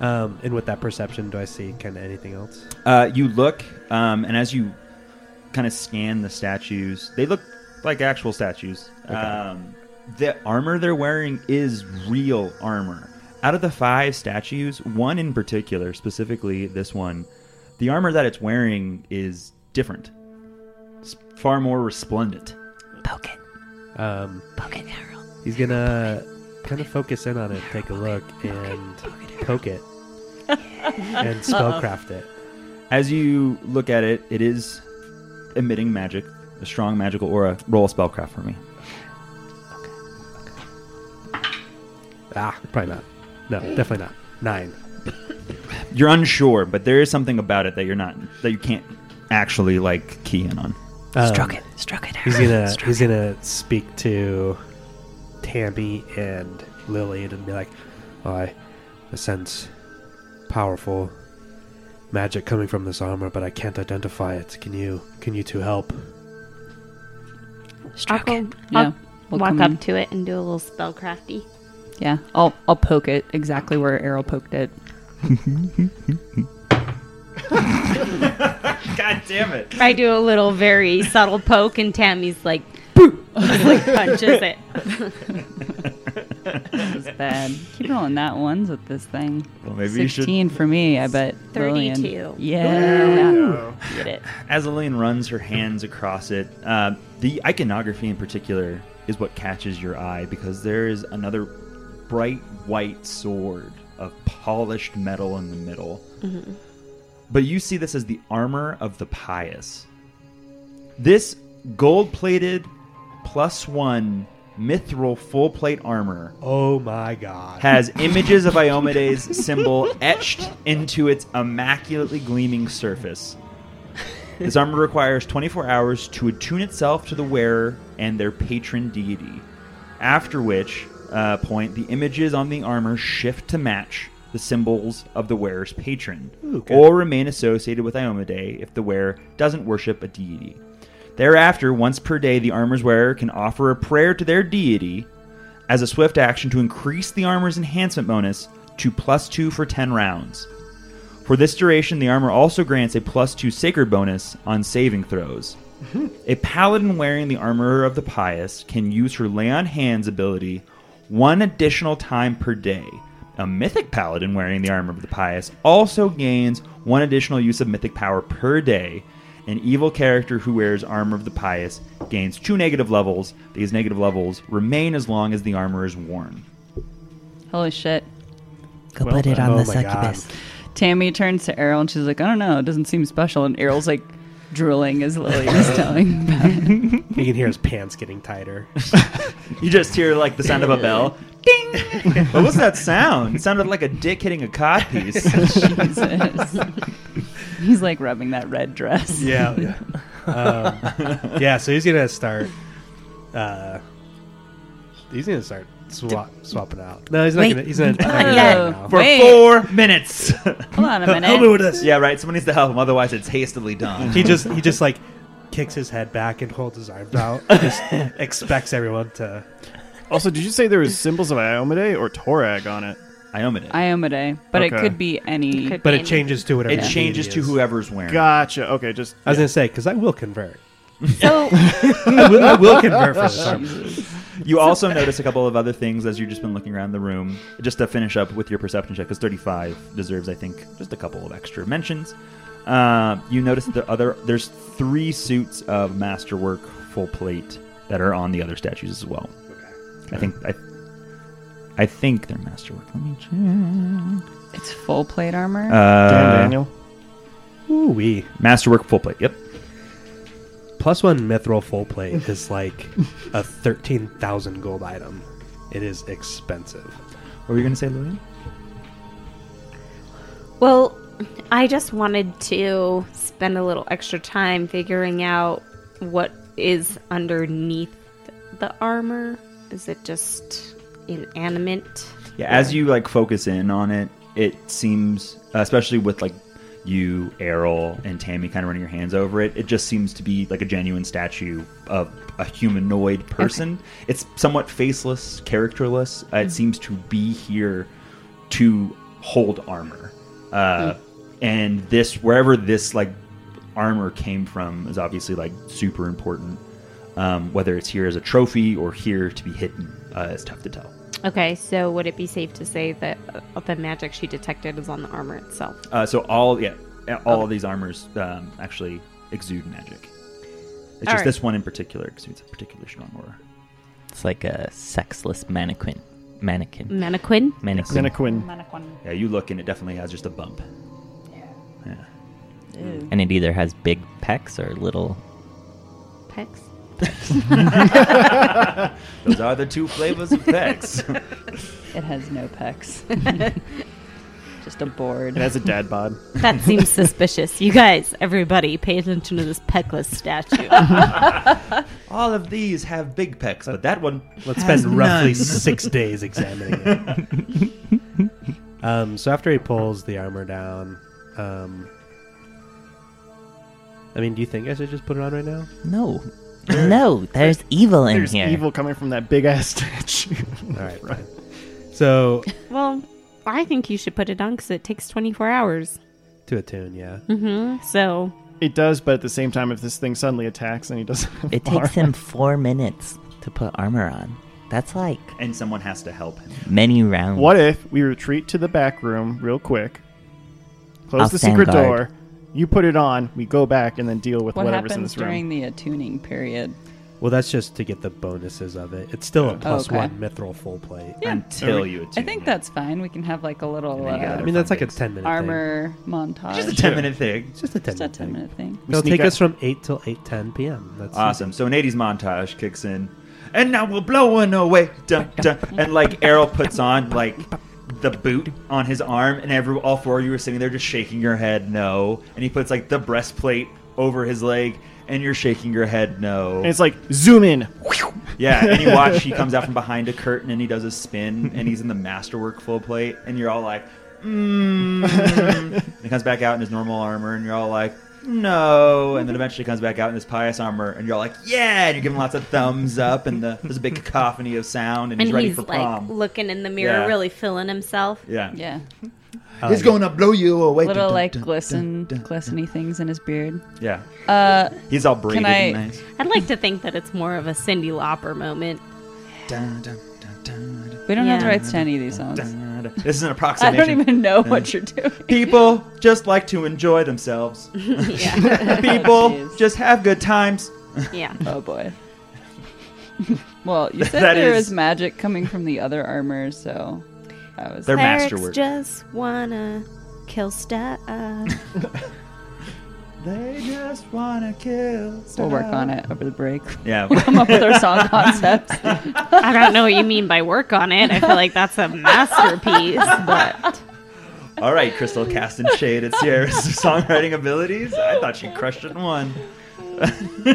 A: Um, and with that perception, do I see kind of anything else?
C: Uh, you look, um, and as you kind of scan the statues, they look like actual statues. Um, the armor they're wearing is real armor. Out of the five statues, one in particular, specifically this one, the armor that it's wearing is different. It's far more resplendent.
D: Poke it.
A: Um,
D: Poke it, Harold.
A: He's gonna kind of focus in on it, take a look, and poke it and spellcraft it.
C: As you look at it, it is emitting magic, a strong magical aura. Roll a spellcraft for me.
A: Ah, probably not. No, definitely not. Nine.
C: You're unsure, but there is something about it that you're not that you can't actually like key in on.
A: Um,
D: Struck it. Struck it,
A: He's
D: Harold.
A: gonna
D: Struck
A: he's gonna speak to Tammy and Lillian and be like, oh, I, I sense powerful magic coming from this armor, but I can't identify it. Can you can you two help?
D: it.
F: I'll
D: Struck
F: go,
D: it.
F: I'll
B: yeah, we'll
F: walk
B: come
F: up
B: in.
F: to it and do a little spellcrafty.
B: yeah, I'll I'll poke it exactly where Errol poked it.
C: God damn it.
F: I do a little very subtle poke, and Tammy's like, boop, like punches it.
B: It's bad. Keep rolling that ones with this thing.
C: Well, maybe you should.
B: 16 for me, I bet.
F: 32.
B: Lillian. Yeah.
F: Get it.
C: As Elaine runs her hands across it, uh, the iconography in particular is what catches your eye because there is another bright white sword of polished metal in the middle. But you see this as the armor of the pious. This gold plated plus one mithril full plate armor
A: Oh my god.
C: has images of Iomede's symbol etched into its immaculately gleaming surface. This armor requires 24 hours to attune itself to the wearer and their patron deity, after which uh, point the images on the armor shift to match the symbols of the wearer's patron,
A: okay.
C: or remain associated with Iomade if the wearer doesn't worship a deity. Thereafter, once per day, the armor's wearer can offer a prayer to their deity as a swift action to increase the armor's enhancement bonus to plus 2 for 10 rounds. For this duration, the armor also grants a plus 2 sacred bonus on saving throws. A paladin wearing the armor of the pious can use her lay on hands ability one additional time per day. A mythic paladin wearing the armor of the pious also gains one additional use of mythic power per day. An evil character who wears armor of the pious gains two negative levels. These negative levels remain as long as the armor is worn.
B: Holy shit.
D: Go put it on
A: oh
D: the
A: my god.
D: succubus.
B: Tammy turns to Errol and she's like, I don't know, it doesn't seem special. And Errol's like drooling as Lily is telling about it.
A: You can hear his pants getting tighter.
C: You just hear like the sound of a bell. Ding! what was that sound? It sounded like a dick hitting a codpiece.
B: Jesus. He's like rubbing that red dress.
A: yeah. Yeah. Um, yeah. So he's gonna start. Uh, he's gonna start swap swapping out. No, he's not.
D: Wait,
A: Gonna, he's not.
B: not
A: not
B: yet.
A: now.
C: For
B: Wait.
C: four minutes.
B: Hold on a minute.
A: Help me with this.
C: yeah, right. Someone needs to help him, otherwise it's hastily done.
A: He just he just like kicks his head back and holds his arms out. Just expects everyone to.
E: Also, did you say there was symbols of Iomade or Torag on it?
C: Iomid it.
B: Iomade, but it
E: Okay.
B: could be any.
F: Could
A: But
F: be
A: it
F: any-
A: changes to whatever.
C: It
A: the
C: changes
A: deity
C: to
A: is.
C: whoever's wearing. it.
E: Gotcha. Okay, just
A: I was gonna say because I will convert.
F: So
A: I will, I will convert for this armor.
B: Jesus.
C: You also notice a couple of other things as you've just been looking around the room, just to finish up with your perception check, because 35 deserves, I think, just a couple of extra mentions. Uh, you notice that the other there's three suits of masterwork full plate that are on the other statues as well. I think I, I think they're masterwork. Let me check.
B: It's full plate armor.
C: Uh,
E: damn Daniel.
A: Ooh wee.
C: Masterwork full plate. Yep.
A: Plus one mithril full plate is like a thirteen thousand gold item. It is expensive.
C: What were you gonna say, Lillian?
F: Well, I just wanted to spend a little extra time figuring out what is underneath the armor. Is it just inanimate?
C: Yeah, as you like focus in on it, it seems, especially with like you, Errol, and Tammy kind of running your hands over it, it just seems to be like a genuine statue of a humanoid person. It's somewhat faceless, characterless. Uh, It seems to be here to hold armor. Uh, And this, wherever this like armor came from, is obviously like super important. Um, whether it's here as a trophy or here to be hidden, uh, it's tough to tell.
F: Okay, so would it be safe to say that uh, the magic she detected is on the armor itself?
C: Uh, so all yeah, all of these armors um, actually exude magic. It's
F: All
C: just
F: right.
C: this one in particular exudes a particularly strong aura.
D: It's like a sexless mannequin. Mannequin.
F: Mm. Mannequin?
D: Mannequin.
E: Minaquin.
C: Yeah, you look and it definitely has just a bump. Yeah.
B: Ew.
D: And it either has big pecs or little.
F: Pecs?
C: Those are the two flavors of Vex.
B: It has no pecs. Just a board.
E: It has a dad bod.
F: That seems suspicious. You guys, everybody, pay attention to this peckless statue.
C: all of these have big pecs, but that one
A: Let's
C: has
A: spend roughly
C: none.
A: six days examining it. um, so after he pulls the armor down, um, I mean, do you think I should just put it on right now?
D: No. No, there's evil in
E: There's
D: here.
E: evil coming from that big ass statue.
A: All right, fine. So
F: well, I think you should put it on because it takes 24 hours.
A: To attune, yeah.
F: Mm-hmm. So
E: It does, but at the same time, if this thing suddenly attacks and he doesn't, have
D: It
E: armor-
D: takes him four minutes to put armor on. That's like
C: and someone has to help him.
D: many rounds.
E: What if we retreat to the back room real quick, close
D: I'll
E: the
D: stand
E: secret
D: guard.
E: door, you put it on, we go back, and then deal with
B: What
E: whatever's in
B: happens
E: this room?
B: during the attuning period?
A: Well, that's just to get the bonuses of it. It's still a plus
B: Okay.
A: one mithril full plate.
B: Yeah.
C: Until you
B: I
C: attune
B: think
C: him.
B: that's fine. We can have like a little
C: then you
A: I
C: Other
B: uh,
A: mean, that's
C: fun
A: like a
C: things.
A: 10 minute thing.
B: armor montage.
C: just a 10 minute thing.
A: It's just a 10
B: Just
A: minute
B: a 10
A: thing.
B: minute thing.
E: We
A: It'll
E: sneak
A: take
E: up-
A: us from 8 till 8.10 p.m. That's
C: Awesome. So an 80s montage kicks in. And now we'll blow one away. Dun, dun. And like Errol puts on like the boot on his arm, and every all four of you are sitting there just shaking your head no. And he puts like the breastplate over his leg, and you're shaking your head no.
E: And it's like zoom in.
C: Yeah, and you watch he comes out from behind a curtain and he does a spin and he's in the masterwork full plate and you're all like, mmm. and he comes back out in his normal armor and you're all like, no. And then eventually comes back out in his pious armor and you're all like, yeah. And you're giving lots of thumbs up and the, there's a big cacophony of sound and,
F: and
C: he's ready
F: he's
C: for
F: like
C: prom.
F: looking in the mirror,
C: Yeah.
F: really feeling himself.
C: yeah.
B: Yeah.
A: He's going
C: to blow you away.
B: Little like glisten, glisteny things in his beard.
C: Yeah.
B: Uh,
C: He's all braided
B: I-
C: and nice.
F: I'd like to think that it's more of a Cindy Lauper moment.
C: Dun, dun, dun, dun, dun,
B: we don't have the
F: Yeah.
B: rights to any of these songs.
C: dun, dun. This is an
B: I
C: approximation.
B: don't even know what you're doing.
C: People just like to enjoy themselves. People
B: Jeez.
C: just have good times.
F: Yeah.
B: Oh boy. well, you said
C: That
B: there
C: is-
B: was magic coming from the other armor, so I was.
C: They're
F: Clerics
C: masterwork.
F: just wanna kill stuff.
C: They just wanna kill.
B: We'll work on it over the break.
C: Yeah.
B: Come up with our song concepts.
F: I don't know what you mean by work on it. I feel like that's a masterpiece, but
C: All right, Crystal cast and shade at Sierra's songwriting abilities. I thought she crushed it in one.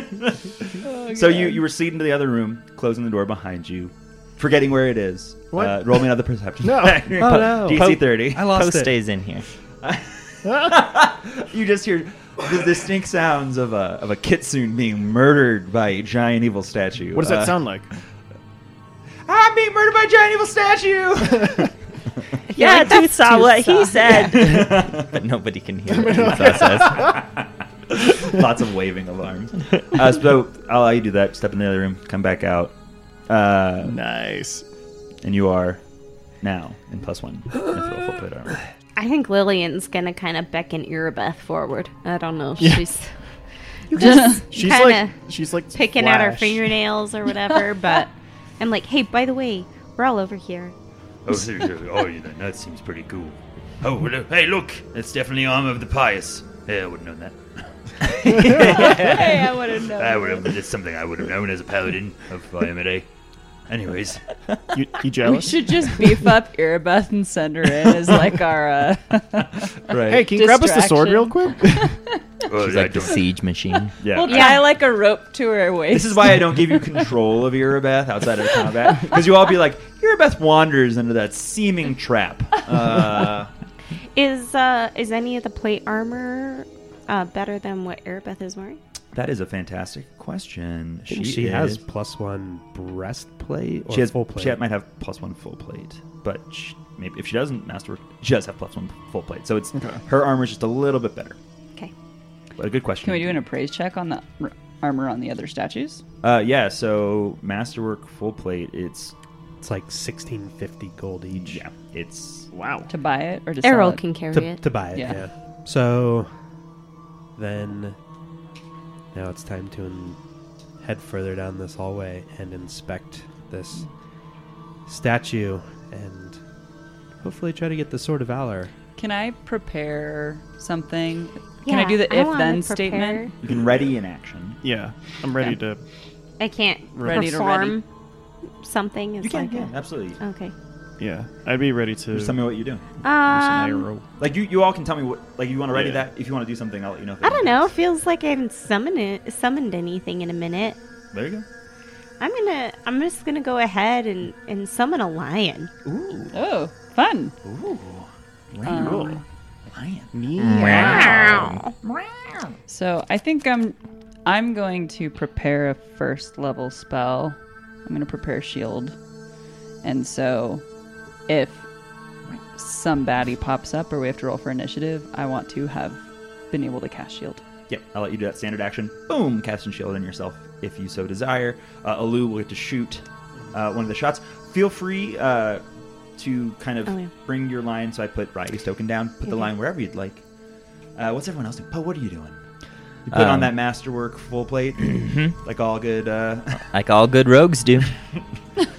C: so you you recede into the other room, closing the door behind you, forgetting where it is.
E: What?
C: Uh, roll me another perception.
E: No.
C: check.
A: Oh, no.
C: DC thirty.
A: I lost
D: Post
A: it.
D: stays in here.
C: You just hear the distinct sounds of a of a kitsune being murdered by a giant evil statue.
E: What does that
C: Uh,
E: sound like?
C: I'm being murdered by a giant evil statue.
D: Yeah,
F: like, that's
D: saw
F: too
D: what he
F: soft.
D: said. but nobody can hear what Tusa says.
C: Lots of waving alarms. Uh, so I'll allow you to do that. Step in the other room, come back out, uh,
E: Nice.
C: and you are now in plus one. mithril full plate armor.
F: I think Lillian's gonna kind of beckon Irabeth forward. I don't know. if
E: Yeah.
F: She's
E: She's
F: Kinda
E: like she's like
F: picking at her
E: Flash.
F: fingernails or whatever, but I'm like, hey, by the way, we're all over here.
G: Oh, seriously. oh, yeah, that seems pretty cool. Oh, well, uh, hey, look, that's definitely arm of the pious. Yeah, I would have known that.
B: hey, I want to know.
G: I would have. That's something I would have known as a paladin of IMA. Anyways,
E: You, you
B: We
E: jealous?
B: should just beef up Irabeth and send her in as like our. Uh,
C: Right.
E: Hey, can you grab us the sword
B: Distraction.
E: real quick?
G: well,
D: She's
G: I
D: like the
G: don't-
D: siege machine.
C: yeah.
B: we'll tie like a rope to her waist.
C: This is why I don't give you control of Irabeth outside of combat because you all be like Irabeth wanders into that seeming trap. Uh,
F: Is uh is any of the plate armor uh better than what Irabeth is wearing?
C: that is a fantastic question.
A: She, she
C: is-
A: has plus one breastplate or
C: she has
A: full plate.
C: She might have plus one full plate, but she, maybe if she doesn't masterwork, she does have plus one full plate. So it's her armor is just a little bit better.
F: Okay.
C: But a good question.
B: Can we do an appraise check on the r- armor on the other statues?
C: Uh, yeah. So masterwork full plate. It's
A: It's like 1650 gold each
C: yeah. It's
E: wow.
B: To buy it or to sell
F: Errol
B: it?
F: can carry
A: to,
F: it.
A: to buy it.
B: Yeah.
A: Yeah. So then now it's time to in- head further down this hallway and inspect this statue and hopefully try to get the sword of valor.
B: Can I prepare something? Can I
F: Yeah,
B: do the if
F: wanna
B: then
F: prepare.
B: statement?
C: you can ready in action.
E: Yeah, I'm ready to.
F: I can't
B: Ready to
F: perform something. It's
C: You can,
F: like
C: yeah,
F: a-
C: absolutely.
B: Uh,
F: okay.
E: Yeah, I'd be ready to.
C: Just tell me what you do.
F: Um,
C: Like you, you all can tell me what. Like you want to ready
E: Yeah.
C: that. If you want to do something, I'll let you know. if
F: I don't
C: it-
F: know. Feels like I haven't summoned it, summoned anything in a minute.
C: There you
F: I'm gonna. I'm just gonna go ahead and and summon a lion.
C: go. Ooh,
B: Oh, fun.
C: ooh,
B: Um,
C: lion.
B: So I think I'm I'm going to prepare a first level spell. I'm going to prepare shield. And so if some baddie pops up or we have to roll for initiative, I want to have been able to cast shield.
C: Yep, I'll let you do that standard action. Boom, cast and shield on yourself if you so desire. Uh, Alu will get to shoot uh, one of the shots. Feel free uh, to kind of
F: Oh, yeah.
C: bring your line. So I put Riley's token down. Put the
F: Okay.
C: line wherever you'd like. Uh, what's everyone else doing? Poe, what are you doing? You put on
D: Um,
C: that masterwork full plate, like all good. Uh,
D: Mm-hmm. Like all good rogues do.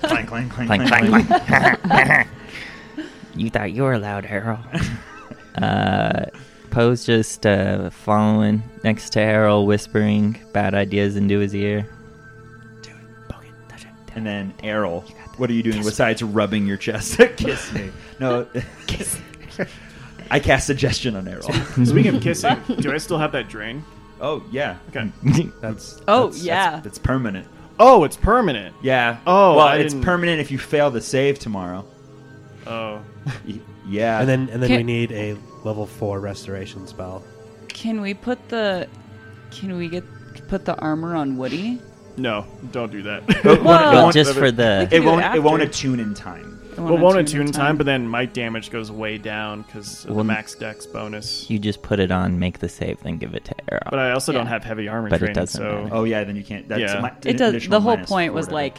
C: clang, clang, clang,
D: Clang,
C: clang,
D: clang,
C: clang.
D: clang. you thought you were loud, Harold. Uh, Poe's just uh, following next to Harold, whispering bad ideas into his ear. Do it, poke it, touch it.
C: And then Errol,
D: got that.
C: what are you doing
D: Kiss me.
C: besides rubbing your chest? Kiss me. No.
D: Kiss.
C: I cast suggestion on Errol.
E: Speaking of kissing, do I still have that drain?
C: oh yeah.
E: Okay.
C: That's
B: Oh,
C: that's-
B: yeah.
C: That's, that's permanent.
E: Oh, it's permanent.
C: Yeah.
E: Oh,
C: well,
E: I
C: it's
E: didn't-
C: permanent if you fail the save tomorrow.
E: Oh.
C: Y- yeah.
A: And then and then
B: Can-
A: we need a level four restoration spell.
B: Can we put the can we get put the armor on Woody?
E: No, don't do that.
C: But-
B: Well,
D: Well,
C: won't-
D: just for the.
B: can
C: Oh. it
B: do it
C: won't. It won't
B: after.
C: attune in time.
B: The one
E: Well,
B: on
E: won't
B: two
E: attune in
B: at a
E: time, but then my damage goes way down because of the
D: Well,
E: max dex bonus.
D: You just put it on, make the save, then give it to Harold.
E: But I also don't
B: Yeah.
E: have heavy armor
D: But it
E: training,
D: doesn't
E: so
D: matter.
C: Oh yeah. Then you can't. That's
E: Yeah.
C: my,
B: it
C: an
B: does.
C: additional
B: The whole
C: minus
B: point
C: four
B: was
C: to-
B: like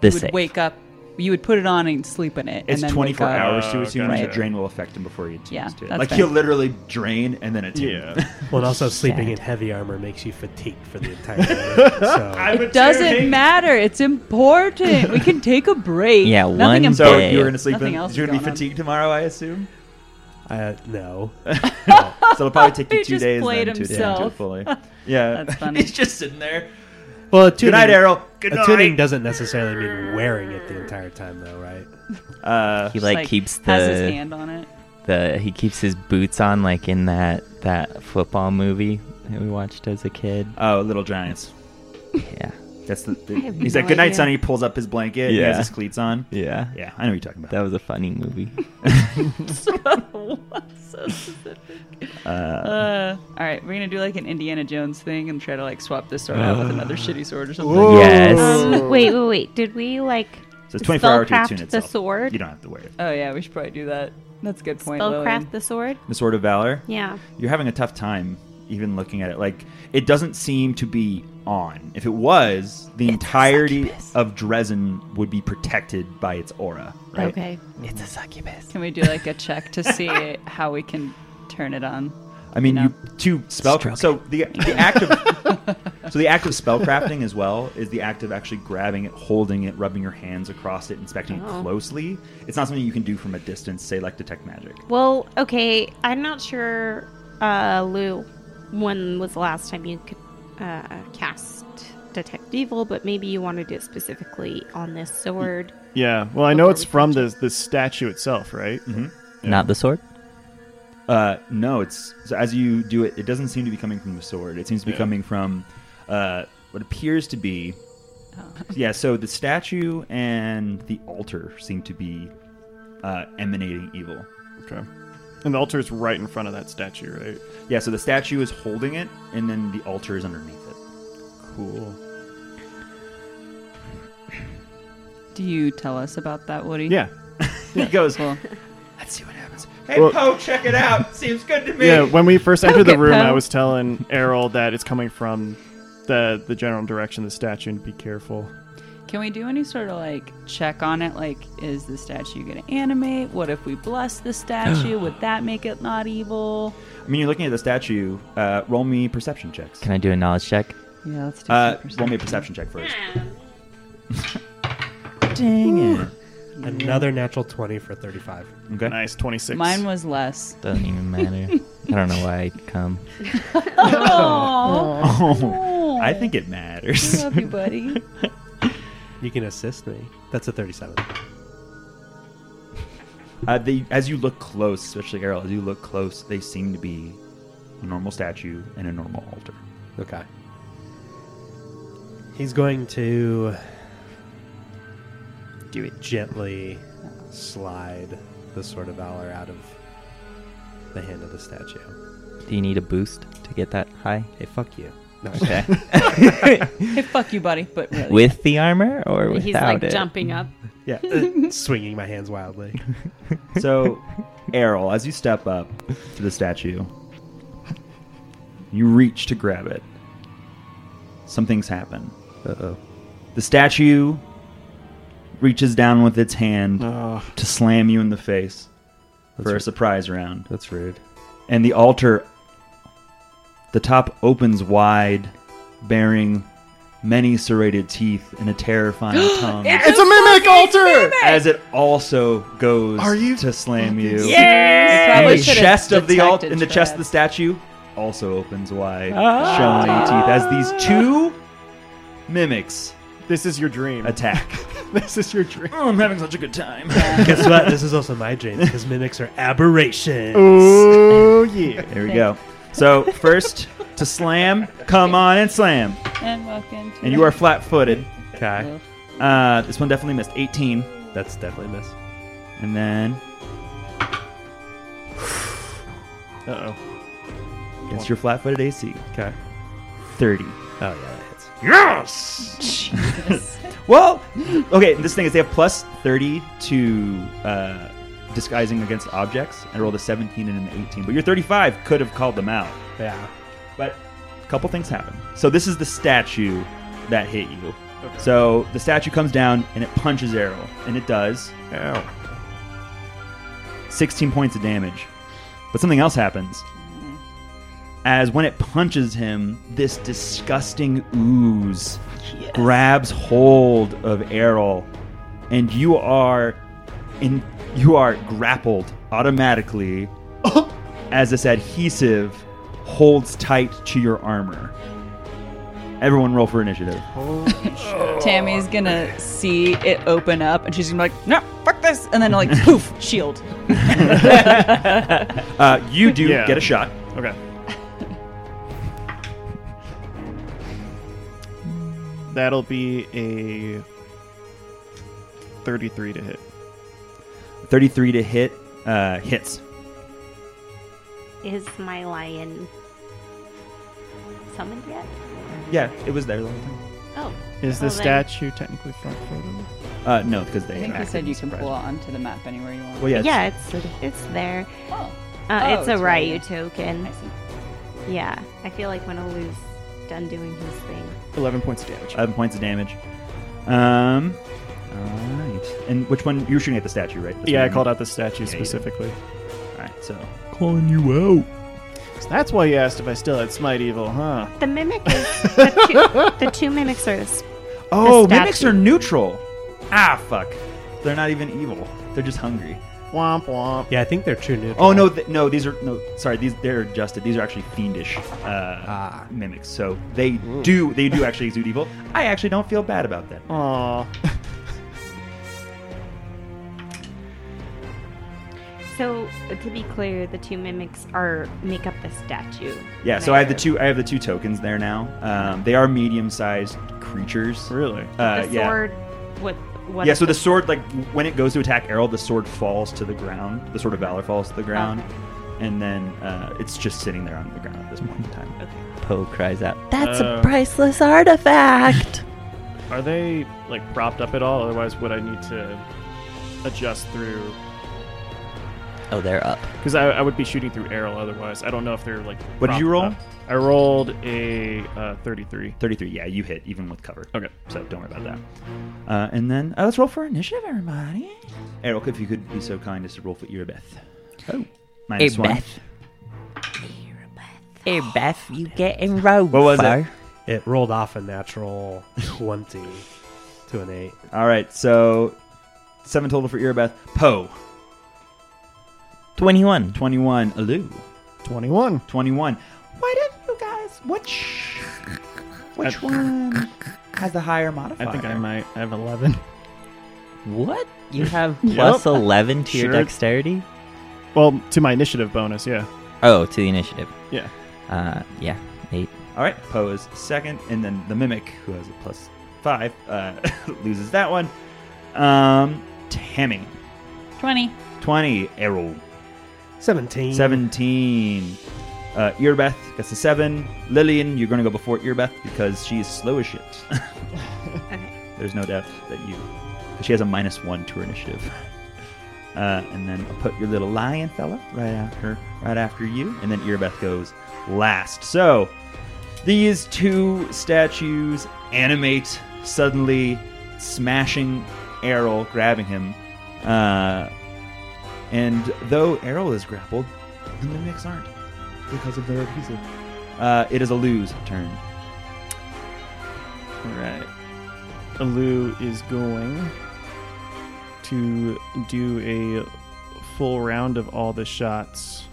D: The
B: you would
D: save.
B: wake up, you would put it on and sleep in it.
C: It's
B: and then
C: 24
B: wake up.
C: hours to
E: Oh,
C: attune, and
E: gotcha.
C: the drain will affect him before he attunes
B: Yeah,
C: to it.
B: that's
C: Like
B: fine.
C: he'll literally drain and then attune.
E: yeah.
A: Well, and also sleeping in heavy armor makes you fatigued for the entire day. So
B: It doesn't matter. It's important. we can take a break.
D: Yeah,
B: Nothing
D: one
B: important.
C: So
D: Yeah,
C: you're
D: yeah.
C: gonna sleep
B: Nothing
C: in.
B: else is
C: You're gonna be
B: going on.
C: fatigued tomorrow, I assume.
A: uh, no,
C: so it'll probably take you
B: He
C: two
B: just
C: days
B: played
C: then to attune to it
B: himself.
C: fully. Yeah.
B: That's funny.
C: He's just sitting there.
A: Well,
C: Good
A: attuning,
C: night, Errol. Good
A: attuning
C: night.
A: doesn't necessarily mean wearing it the entire time, though, right?
C: Uh,
D: he
B: Just,
D: like, keeps the
B: has his hand on it.
D: the he keeps his boots on like in that that football movie that we watched as a kid.
C: oh, little giants.
D: Yeah.
C: That's the. the
F: I have
C: he's
F: no
C: like, "Good night,
F: idea."
C: Sonny." He pulls up his blanket. He has
D: Yeah.
C: his cleats on.
D: Yeah.
C: Yeah, I know what you're talking about.
D: That was a funny movie.
B: so specific.
C: Uh,
B: Uh, all right, we're gonna do like an Indiana Jones thing and try to like swap this sword out with another shitty sword or something.
D: Yes.
F: Um, wait, wait, wait. Did we like
C: so it's 24 hour to
F: spellcraft
C: attune
F: the
C: itself.
F: sword?
C: You don't have to wear it.
B: Oh yeah, we should probably do that. That's a good point. Lillian.
F: spellcraft the sword?
C: The Sword of Valor.
F: Yeah.
C: You're having a tough time even looking at it. Like it doesn't seem to be on. If it was, the entirety of Dresden would be protected by its aura. Right.
F: Okay.
D: It's a succubus.
B: Can we do like a check to see how we can turn it on?
C: I mean,
B: No.
C: you two spellcraft.
D: Stroke
C: So the the act of so the act of spellcrafting as well is the act of actually grabbing it, holding it, rubbing your hands across it, inspecting
F: Oh.
C: it closely. It's not something you can do from a distance. Say like detect magic.
F: Well, okay. I'm not sure, uh, Lou, when was the last time you could uh, cast Detect Evil, but maybe you want to do it specifically on this sword.
E: Yeah. Well, I know it's from the the statue itself, right?
D: Not the sword?
C: Uh, no, it's so as you do it, it doesn't seem to be coming from the sword. It seems to be
E: Yeah.
C: coming from uh, what appears to be. Yeah, so the statue and the altar seem to be uh, emanating evil.
E: Okay. And the altar is right in front of that statue, right?
C: Yeah, so the statue is holding it, and then the altar is underneath it.
E: Cool.
B: Do you tell us about that, Woody?
E: Yeah.
C: He goes,
B: Cool.
C: "Let's see what happens." Hey,
E: Well-
C: Poe, check it out. Seems good to me.
E: Yeah. When we first entered the
F: Okay,
E: room,
F: pal.
E: I was telling Errol that it's coming from the the general direction of the statue, and be careful.
B: Can we do any sort of like check on it? Like, is the statue gonna animate? What if we bless the statue? Would that make it not evil?
C: I mean, you're looking at the statue. Uh, roll me perception checks.
D: Can I do a knowledge check?
B: Yeah, let's do
C: Uh,
B: some
C: roll me a perception check first.
D: Dang it.
A: Another natural twenty for thirty-five.
C: Okay.
E: Nice twenty six.
B: Mine was less.
D: Doesn't even matter. I don't know why I'd come.
B: Oh,
C: I think it matters.
B: love you, buddy.
A: You can assist me. That's a thirty-seven.
C: Uh, they, as you look close, especially Errol, as you look close, they seem to be a normal statue and a normal altar.
A: Okay. He's going to do it gently. Slide the sword of valor out of the hand of the statue.
D: Do you need a boost to get that high?
A: Hey, fuck you. No,
D: Okay.
B: Hey, fuck you, buddy. But really,
D: With the armor or without
F: He's like
D: it?
A: uh,
F: jumping up.
C: Yeah.
A: swinging my hands wildly.
C: so Errol, as you step up to the statue, you reach to grab it. Something's happened. Uh oh. The statue reaches down with its hand
E: Oh,
C: to slam you in the face
D: That's
C: for a
D: right.
C: surprise round.
D: That's rude.
C: And the altar, the top opens wide, bearing many serrated teeth and a terrifying tongue.
E: it's a mimic altar.
C: As it also goes
E: Are you
C: to slam
E: fucking
C: you.
E: serious?
B: Yeah.
C: And
B: Probably
C: the
B: should've
C: chest of the alt-
B: detected
C: and the
B: for
C: chest of
B: that.
C: the statue also opens wide,
B: Ah.
C: showing teeth as these two mimics
E: This is your dream.
C: attack.
E: This is your dream.
C: oh, I'm having such a good time.
A: Guess what? This is also my dream because mimics are aberrations.
E: Oh yeah.
C: There we go. So first to slam, come on and slam,
B: And walk into
C: and you are flat-footed.
A: Okay,
C: Uh, this one definitely missed 18,
A: that's definitely a miss.
C: and then
E: Uh oh.
C: it's your flat-footed AC
A: Okay.
C: 30.
A: Oh yeah, that hits.
C: Well, okay. This thing is they have plus 30 to uh, disguising against objects, and rolled a 17 and an 18. But your 35 could have called them out.
A: Yeah.
C: But a couple things happen. So this is the statue that hit you. So the statue comes down and it punches Errol, and it does 16 points of damage. But something else happens. As when it punches him, this disgusting ooze grabs hold of Errol, and you are in you are grappled automatically as this adhesive holds tight to your armor. Everyone roll for initiative.
B: Tammy's gonna see it open up, and she's gonna be like, "No, fuck this!" And then like, poof, shield.
C: Uh, you do
E: Yeah.
C: get a shot.
E: Okay. That'll be a 33 to hit.
C: 33 to hit uh, hits.
F: Is my lion summoned yet?
C: Yeah, it was there the whole time.
F: Oh.
E: Is the
F: Well, then-
E: statue technically front footed?
C: Uh, no, because they.
B: I think you
C: acted
B: said
C: in
B: you can
C: surprise.
B: pull it onto the map anywhere you want.
C: Well, yeah.
F: Yeah, it's it's there.
B: Oh,
F: Uh,
B: Oh,
F: it's a
B: it's right
F: Ryu
B: I
F: token.
B: see.
F: Yeah, I feel like when Olu's done doing his thing.
E: 11 points of damage.
C: Eleven points of damage. Um. All right. And which one? You were shooting at the statue, right? This
E: yeah, I
C: one.
E: called out the statue
C: Yeah, you did.
E: specifically.
C: All right. So
D: Calling you out.
E: So that's why you asked if I still had Smite Evil, huh?
F: The mimic is the two, the two mimics are the s-
C: Oh,
F: statue.
C: mimics are neutral. Ah, fuck. They're not even evil. They're just hungry.
E: Womp womp.
A: Yeah, I think they're true neutral.
C: Oh no, th- no. These are no. Sorry, these they're adjusted. These are actually fiendish uh,
E: Ah.
C: mimics. So they do they do actually exude evil. I actually don't feel bad about that.
E: Aw.
F: So to be clear, the two mimics are make up the statue.
C: Yeah. So I have the
F: They're-
C: two. I have the two tokens there now. Um, they are medium sized creatures.
E: really?
C: Uh,
F: the
C: yeah.
F: sword with what?
C: yeah,
F: is
C: so the
F: it?
C: sword, like when it goes to attack Errol, the sword falls to the ground. The sword of valor falls to the ground, and then uh, it's just sitting there on the ground at this point in time.
D: Poe cries out.
E: That's a
D: Priceless artifact.
E: Uh, Are they like propped up at all? Otherwise, would I need to adjust through?
D: oh, they're up.
E: Because I, I would be shooting through Errol. Otherwise, I don't know if they're like.
C: What did you roll?
E: propped up. I rolled a uh, thirty-three.
C: Thirty-three. Yeah, you hit even with cover.
E: Okay.
C: So don't worry about that. Uh, and then uh, let's roll for initiative, everybody. Errol, if you could be so kind as to roll for Erebeth. Oh, minus one.
D: Erebeth. Hey, Beth, you getting rogue?
C: What was it?
A: It rolled off a natural twenty to an eight.
C: All right, so seven total for Erebeth. Poe,
D: 21.
C: twenty-one. Alu,
E: Twenty-one.
C: twenty-one. Why didn't you guys? Which which
E: I-
C: one has the higher modifier?
E: I think I might have eleven.
D: What? You have plus 11 to your
E: Sure.
D: dexterity?
E: Well, to my initiative bonus, yeah.
D: Oh, to the initiative.
E: Yeah.
D: Uh, yeah. Eight.
C: All right, Poe is second, and then the Mimic, who has a plus five, uh, loses that one. Um, Tammy,
B: Twenty.
C: 20, Errol,
A: Seventeen.
C: 17. Uh, Earbeth gets a seven. Lillian, you're going to go before Earbeth because she's slow as shit.
F: Okay.
C: There's no doubt that you. She has a minus one to her initiative. Uh, and then I'll put your little lion fella right after, right after you. And then Earbeth goes last. So these two statues animate suddenly, smashing Errol, grabbing him. Uh, and though Errol is grappled, the mimics aren't because of their adhesive. Uh, it is a lose turn.
E: All right. Alu is going to do a full round of all the shots.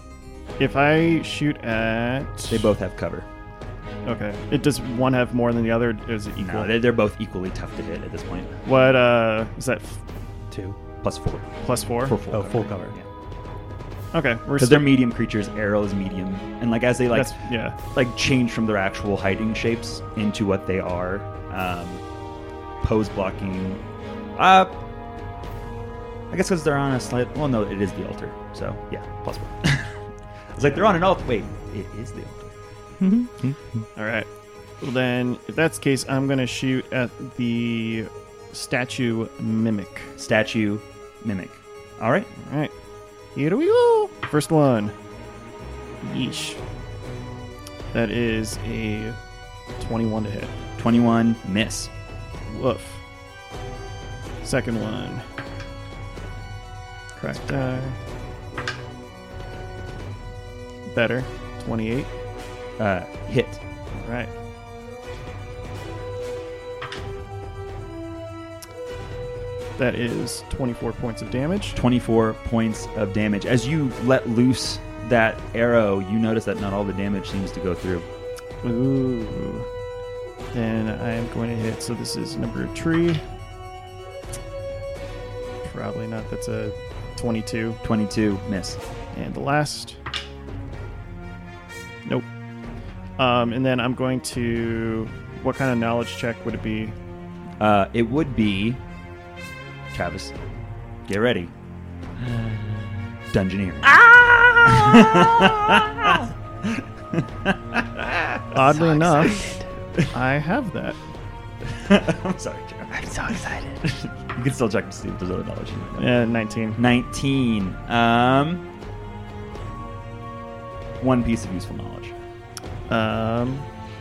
E: If I shoot at
C: They both have cover.
E: okay, it does one have more than the other? Or is it equal?
C: No, they- they're both equally tough to hit at this point.
E: What uh is that f-
A: Two.
C: Plus four.
E: plus four?
C: For full
A: Oh,
C: cover.
A: full cover.
E: Okay, we're
C: Because
E: still,
C: they're medium creatures, Errol is medium, and like as they like
E: that's yeah.
C: like change from their actual hiding shapes into what they are, um, pose blocking. Uh, I guess because they're on a slight. Well, no, it is the altar. So yeah, plus one. it's like they're on an altar. Wait, it is the altar.
E: All right. Well, then, if that's the case, I'm gonna shoot at the statue mimic.
C: Statue, mimic. All right,
E: All right, here we go. First one. Yeesh. That is a 21 to hit.
C: twenty-one miss.
E: Woof. Second one. Correct. Better. 28.
C: Uh, hit.
E: All right. That is 24 points of damage.
C: 24 points of damage. As you let loose that arrow, you notice that not all the damage seems to go through.
E: Ooh. Then I am going to hit. So this is number three. Probably not. That's a 22.
C: 22 miss.
E: And the last. Nope. Um, and then I'm going to. What kind of knowledge check would it be?
C: Uh, it would be. Travis, get ready. Dungeoneer. Ah!
D: Ah!
E: Oddly enough, I have that.
C: I'm sorry, Travis.
D: I'm so excited.
C: You can still check to see if there's other knowledge. you might know.
E: Uh, 19.
C: 19. Um, one piece of useful knowledge.
E: Um,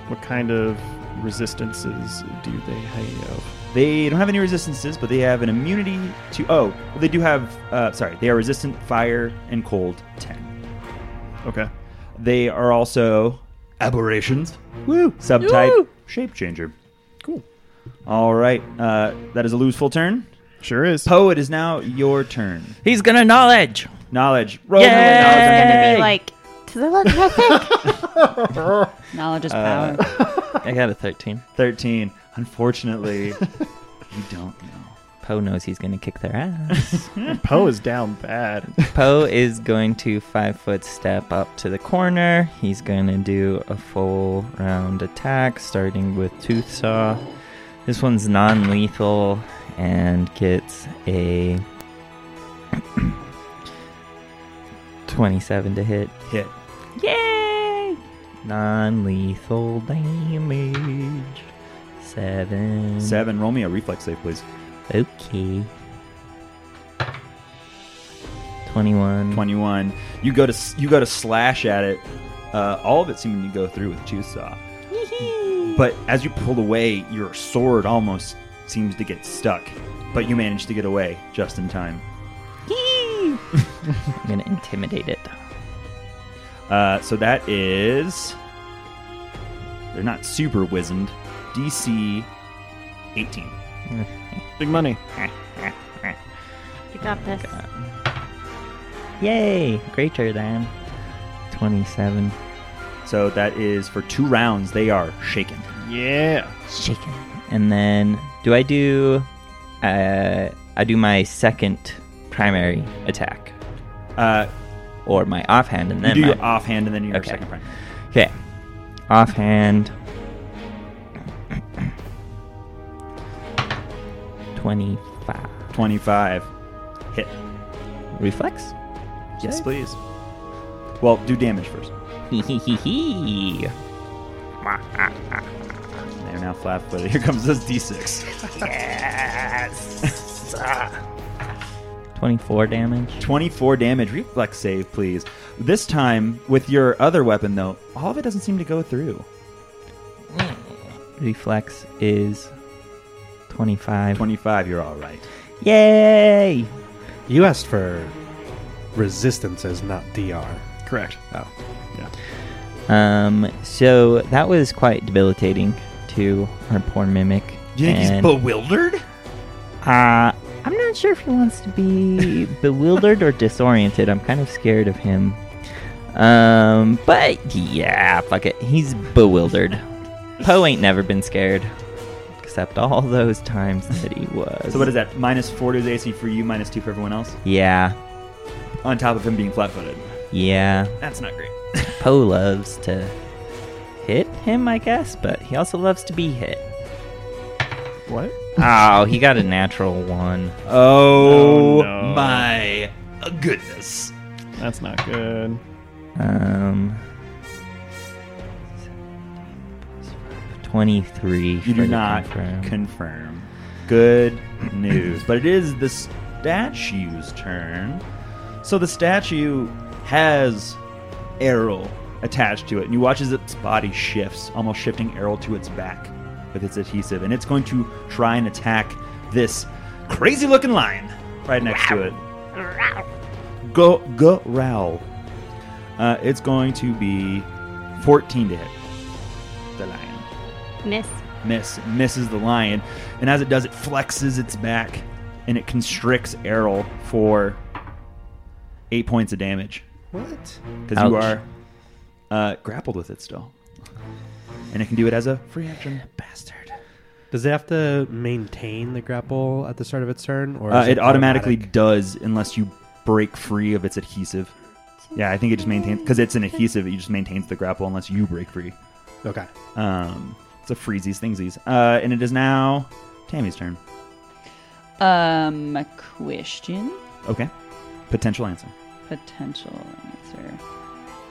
E: what kind of resistances do they have?
C: They don't have any resistances, but they have an immunity to. Oh, well, they do have. Uh, sorry, they are resistant fire and cold 10.
E: Okay.
C: They are also aberrations. Woo! Subtype shape changer.
E: Cool.
C: All right, uh, that is a lose full turn.
E: Sure is.
C: Poe, it is now your turn.
D: He's gonna knowledge.
C: Knowledge. Roll
D: Yay!
C: another knowledge.
D: It's gonna
F: Be like, does it look perfect?
B: Knowledge is power.
D: I got a 13.
C: Thirteen. Unfortunately, you don't know.
D: Poe knows he's gonna kick their ass.
E: Poe is down bad.
D: Poe is going to five foot step up to the corner. He's gonna do a full round attack, starting with tooth saw. This one's non lethal and gets a 27 to hit.
C: Hit.
D: Yay! Non lethal damage. Seven.
C: Seven. Roll me a reflex save, please.
D: Okay. 21.
C: Twenty-one. You go to s- you go to slash at it. Uh, all of it seeming to go through with two saw. But as you pull away, your sword almost seems to get stuck. But you manage to get away just in time.
D: I'm gonna intimidate it.
C: Uh, so that is. They're not super wizened. DC 18.
E: Big money.
F: you got this.
C: Oh
D: Yay! Greater than 27.
C: So that is for two rounds. They are shaken.
E: Yeah.
D: Shaken. And then, do I do? Uh, I do my second primary attack,
C: Uh,
D: or my offhand, and
C: you
D: then
C: do
D: my,
C: your offhand and then your
D: Okay.
C: second prime.
D: okay, offhand. Twenty-five.
C: 25. Hit.
D: Reflex.
C: Yes,
D: Save.
C: please. Well, do damage first.
D: Hee hee hee hee.
C: They're now flat footed. Here comes this D6. yes!
D: 24 damage.
C: 24 damage. Reflex save, please. This time, with your other weapon, though, all of it doesn't seem to go through.
D: Reflex is 25.
C: 25, you're all right.
D: Yay!
A: You asked for resistances, not DR.
E: Correct.
A: Oh.
D: Um, so that was quite debilitating to our poor mimic.
C: Do you think he's
D: And,
C: bewildered?
D: uh, I'm not sure if he wants to be bewildered or disoriented. I'm kind of scared of him. Um, but yeah, fuck it. He's bewildered. Poe ain't never been scared, except all those times that he was.
C: So what is that? Minus 4 to his AC for you, minus 2 for everyone else?
D: Yeah,
C: On top of him being flat-footed.
D: yeah.
C: That's not great.
D: Poe loves to hit him, I guess, but he also loves to be hit.
E: What?
D: Oh, he got a natural one.
C: Oh,
E: Oh, no.
C: my goodness.
E: That's not good.
D: Um, 23.
C: You
D: for
C: do
D: the
C: not
D: confirm.
C: confirm. Good news. But it is the statue's turn. So the statue has Errol attached to it, and you watch as its body shifts, almost shifting Errol to its back with its adhesive, and it's going to try and attack this crazy looking lion right next to it. Go go growl. Uh, it's going to be 14 to hit the lion
F: Miss.
C: miss misses the lion and as it does it flexes its back and it constricts errol for eight points of damage
A: What?
C: because you
D: Ouch.
C: are uh, grappled with it still and it can do it as a free action Uh, bastard
A: Does it have to maintain the grapple at the start of its turn, or
C: uh,
A: is
C: it automatically
A: automatic?
C: does unless you break free of its adhesive yeah i think it just maintains because it's an adhesive it just maintains the grapple unless you break free
A: Okay.
C: um, it's a freezies thingsies uh, and it is now tammy's turn
B: Um, a question,
C: okay potential answer
B: potential answer.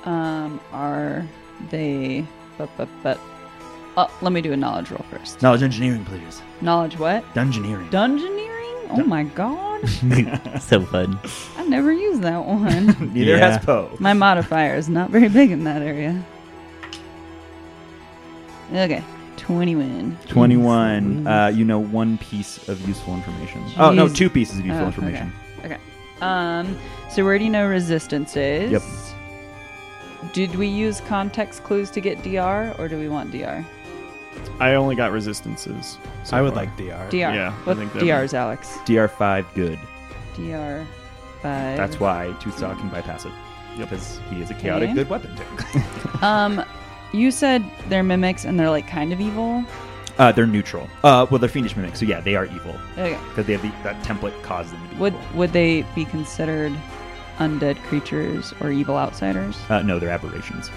B: Um, are they? But but but. Uh, let me do a knowledge roll first.
C: knowledge engineering please
B: Knowledge what?
C: Dungeoneering.
B: Dungeoneering? Oh my god.
D: so fun.
B: I never used that one.
C: Neither
D: Yeah.
C: has Poe.
B: My modifier is not very big in that area. Okay. 21.
C: 21, uh, you know one piece of useful information. Oh, no,
B: Jeez.
C: two pieces of
B: Oh,
C: useful
B: okay.
C: information.
B: Um, so where do you know resistance is?
C: Yep.
B: Did we use context clues to get DR or do we want DR?
E: I only got resistances. so
A: I would
E: far.
A: like DR.
B: DR.
E: Yeah, I
B: what
E: think that
B: DR's Alex?
C: DR5 good.
B: DR 5.
C: That's why Tusaw can bypass it. Because he is a chaotic
B: Okay.
C: good weapon too.
B: Um, you said they're mimics and they're like kind of evil.
C: Uh, they're neutral. Uh, well, they're fiendish mimics, so yeah, they are evil.
B: Okay.
C: Because they have the, that template caused them to be
B: Would
C: evil.
B: would they be considered undead creatures or evil outsiders?
C: Uh, no, they're aberrations.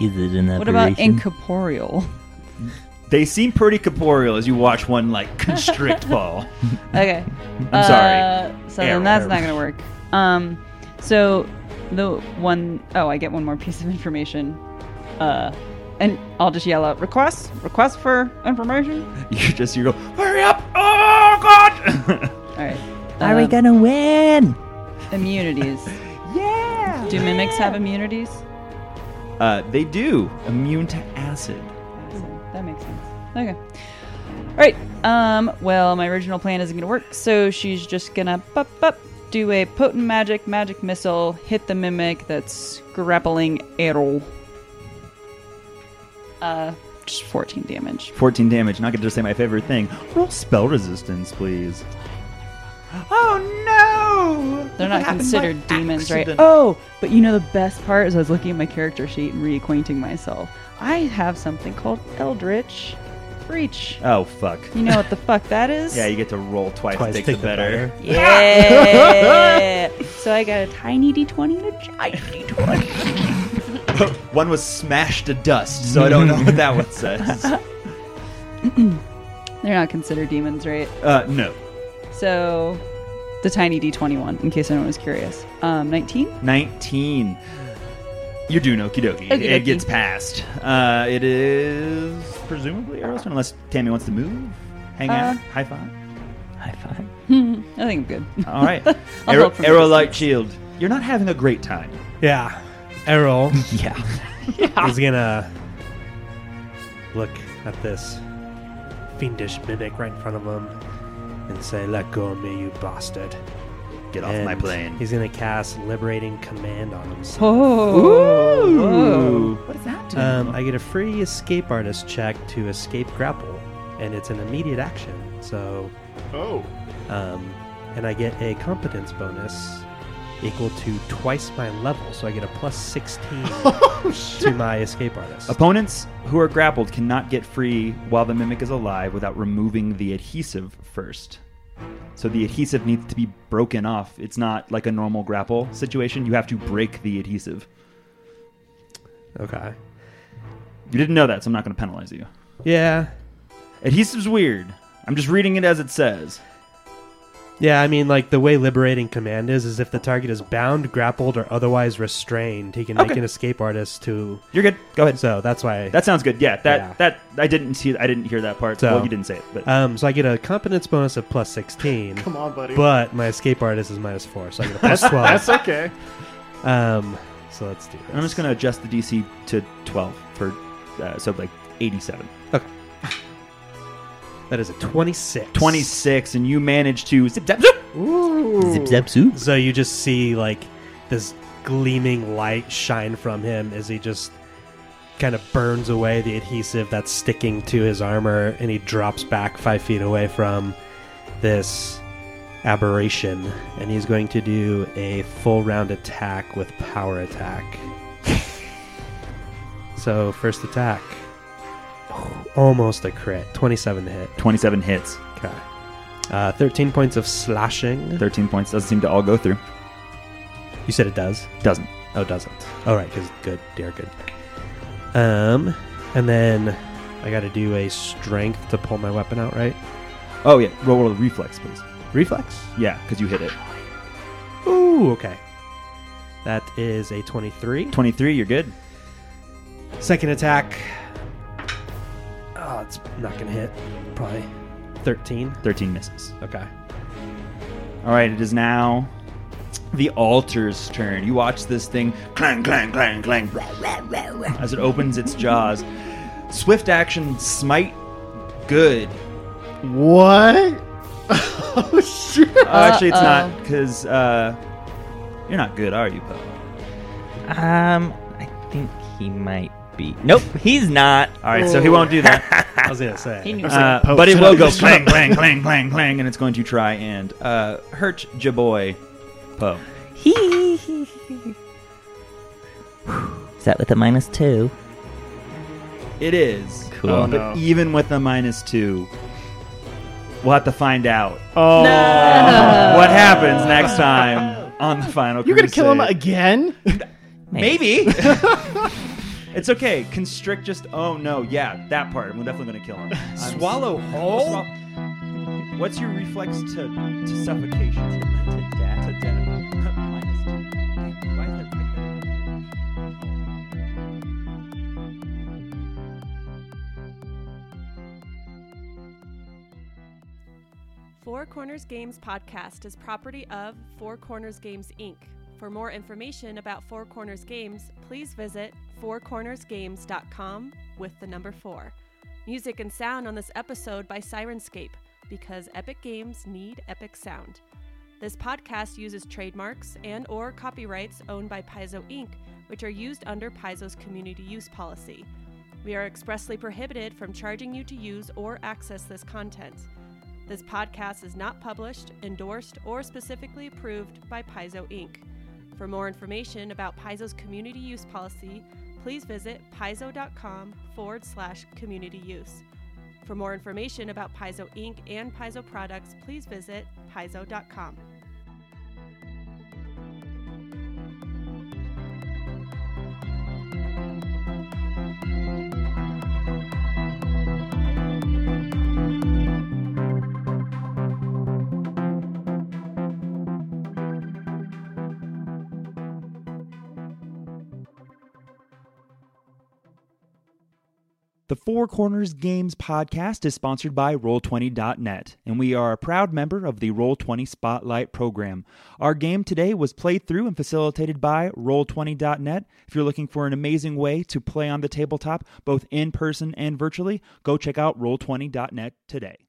D: Is it an
B: What about
D: aberration?
B: incorporeal?
C: They seem pretty corporeal as you watch one, like, constrict fall.
B: okay.
C: I'm sorry.
B: Uh, so
C: Error.
B: then that's not gonna work. Um, so the one oh I get one more piece of information. Uh, and I'll just yell out request request for information.
C: You're just, you go, hurry up! Oh, God!
B: All right.
D: Are we
B: Um,
D: gonna win?
B: immunities?
C: yeah!
B: Do mimics have immunities?
C: Uh, they do. Immune to acid.
B: That makes sense. Okay. All right. Um. Well, my original plan isn't gonna work, so she's just gonna bup bup do a potent magic magic missile hit the mimic that's grappling Errol. Uh, just 14 damage.
C: 14 damage, and I get to say my favorite thing. Roll spell resistance, please. Oh no!
B: They're not considered demons, right?
C: Oh.
B: Oh, but you know the best part is I was looking at my character sheet and reacquainting myself. I have something called Eldritch Reach.
C: Oh, fuck.
B: You know what the fuck that is?
C: Yeah, you get to roll twice,
A: Twice,
C: take, the better.
B: Yeah. so I got a tiny d20 and a giant d20.
C: One was smashed to dust, so I don't know what that one says.
B: They're not considered demons, right?
C: Uh, no.
B: So the tiny d21, in case anyone was curious. Um, 19.
C: 19. You're doing okie dokie.
B: Okie
C: It
B: dokie.
C: gets past. Uh, it is presumably Arrow's turn, unless Tammy wants to move, hang
B: Uh,
C: out, high five.
D: High five.
B: I think I'm good.
C: All right.
B: I'll
C: Arrow,
B: help from a
C: arrow
B: distance.
C: light shield. You're not having a great time.
A: Yeah. Errol
D: Yeah.
A: is gonna look at this fiendish mimic right in front of him and say, Let go of me, you bastard.
G: Get off my
A: And
G: plane.
A: He's gonna cast Liberating Command on himself.
B: Oh,
C: Ooh. What does that do?
A: Um, I get a free escape artist check to escape grapple, and it's an immediate action. So,
H: Oh.
A: um, and I get a competence bonus equal to twice my level, so I get a plus 16
G: Oh,
A: to my escape artist.
C: Opponents who are grappled cannot get free while the mimic is alive without removing the adhesive first. So the adhesive needs to be broken off. It's not like a normal grapple situation. You have to break the adhesive.
A: Okay.
C: You didn't know that, so I'm not going to penalize you.
A: Yeah.
C: Adhesive's weird. I'm just reading it as it says.
A: Yeah, I mean, like the way liberating command is, is if the target is bound, grappled, or otherwise restrained, he can make
C: Okay.
A: an escape artist to.
C: You're good. Go ahead.
A: So that's why.
C: That sounds good. Yeah, that
A: Yeah.
C: that I didn't see. I didn't hear that part.
A: So-
C: well, you didn't say it, but
A: um, so I get a competence bonus of plus 16.
H: Come on, buddy.
A: But my escape artist is minus four, so I get a plus twelve.
H: That's okay.
A: um, so let's do this.
C: I'm just going to adjust the DC to 12 for uh, so like 87.
A: That is a twenty-six.
C: 26, and you manage to zip zap zoop.
D: Zip zap zoop.
A: So you just see like this gleaming light shine from him as he just kind of burns away the adhesive that's sticking to his armor, and he drops back five feet away from this aberration, and he's going to do a full round attack with power attack. so first attack, almost a crit, twenty-seven to hit.
C: 27 hits.
A: Okay. Uh, 13 points of slashing.
C: 13 points doesn't seem to all go through.
A: You said it does?
C: Doesn't.
A: Oh, it doesn't. All right, because good. Dear good. Um, and then I got to do a strength to pull my weapon out, right?
C: Oh, yeah. Roll, roll a reflex, please.
A: Reflex?
C: Yeah, because you hit it.
A: Ooh, okay. That is a 23.
C: 23, you're good.
A: Second attack. Oh, it's not going to hit. Probably 13.
C: 13 misses.
A: Okay.
C: All right, it is now the altar's turn. You watch this thing clang, clang, clang, clang, rah, rah, rah, rah, as it opens its jaws. Swift action, smite, good.
H: What? oh shit!
E: Uh,
C: Oh, actually, it's not
B: Uh-oh.
C: because uh, you're not good, are you, Poe?
D: Um, I think he might be. Nope, he's not.
C: All right, so he won't do that.
A: I was going to say.
C: Uh,
E: Poe,
C: but it
E: shut
C: will
E: up,
C: go
E: just shut
C: clang,
E: up.
C: clang, clang, clang, clang, and it's going to try and uh, hurt Jaboy Poe.
D: Hee. Is that with a minus two?
C: It is.
D: Cool.
C: Uh,
D: Oh,
C: but
E: no.
C: even with a minus two, we'll have to find out
E: Oh,
C: what happens next time on the final.
E: Uh, you're gonna kill him
C: Crusade.
E: again?
C: Maybe. it's okay. Constrict just. Oh no, yeah, that part. I'm definitely gonna kill him. I'm-
A: Swallow
C: Swallow- What's your reflex to, to suffocation? To death. To death. Minus two. Why is there pick that?
I: Four Corners Games podcast is property of Four Corners Games Inc. For more information about Four Corners Games, please visit fourcornersgames.com with the number 4. Music and sound on this episode by Sirenscape because epic games need epic sound. This podcast uses trademarks and or copyrights owned by Paizo Inc, which are used under Paizo's community use policy. We are expressly prohibited from charging you to use or access this content. This podcast is not published, endorsed, or specifically approved by Paizo Inc. For more information about Paizo's community use policy, please visit paizo.com forward slash community use. For more information about Paizo Inc. and Paizo products, please visit paizo.com.
C: The Four Corners Games podcast is sponsored by Roll20.net, and we are a proud member of the Roll20 Spotlight program. Our game today was played through and facilitated by Roll20.net. If you're looking for an amazing way to play on the tabletop, both in person and virtually, go check out Roll20.net today.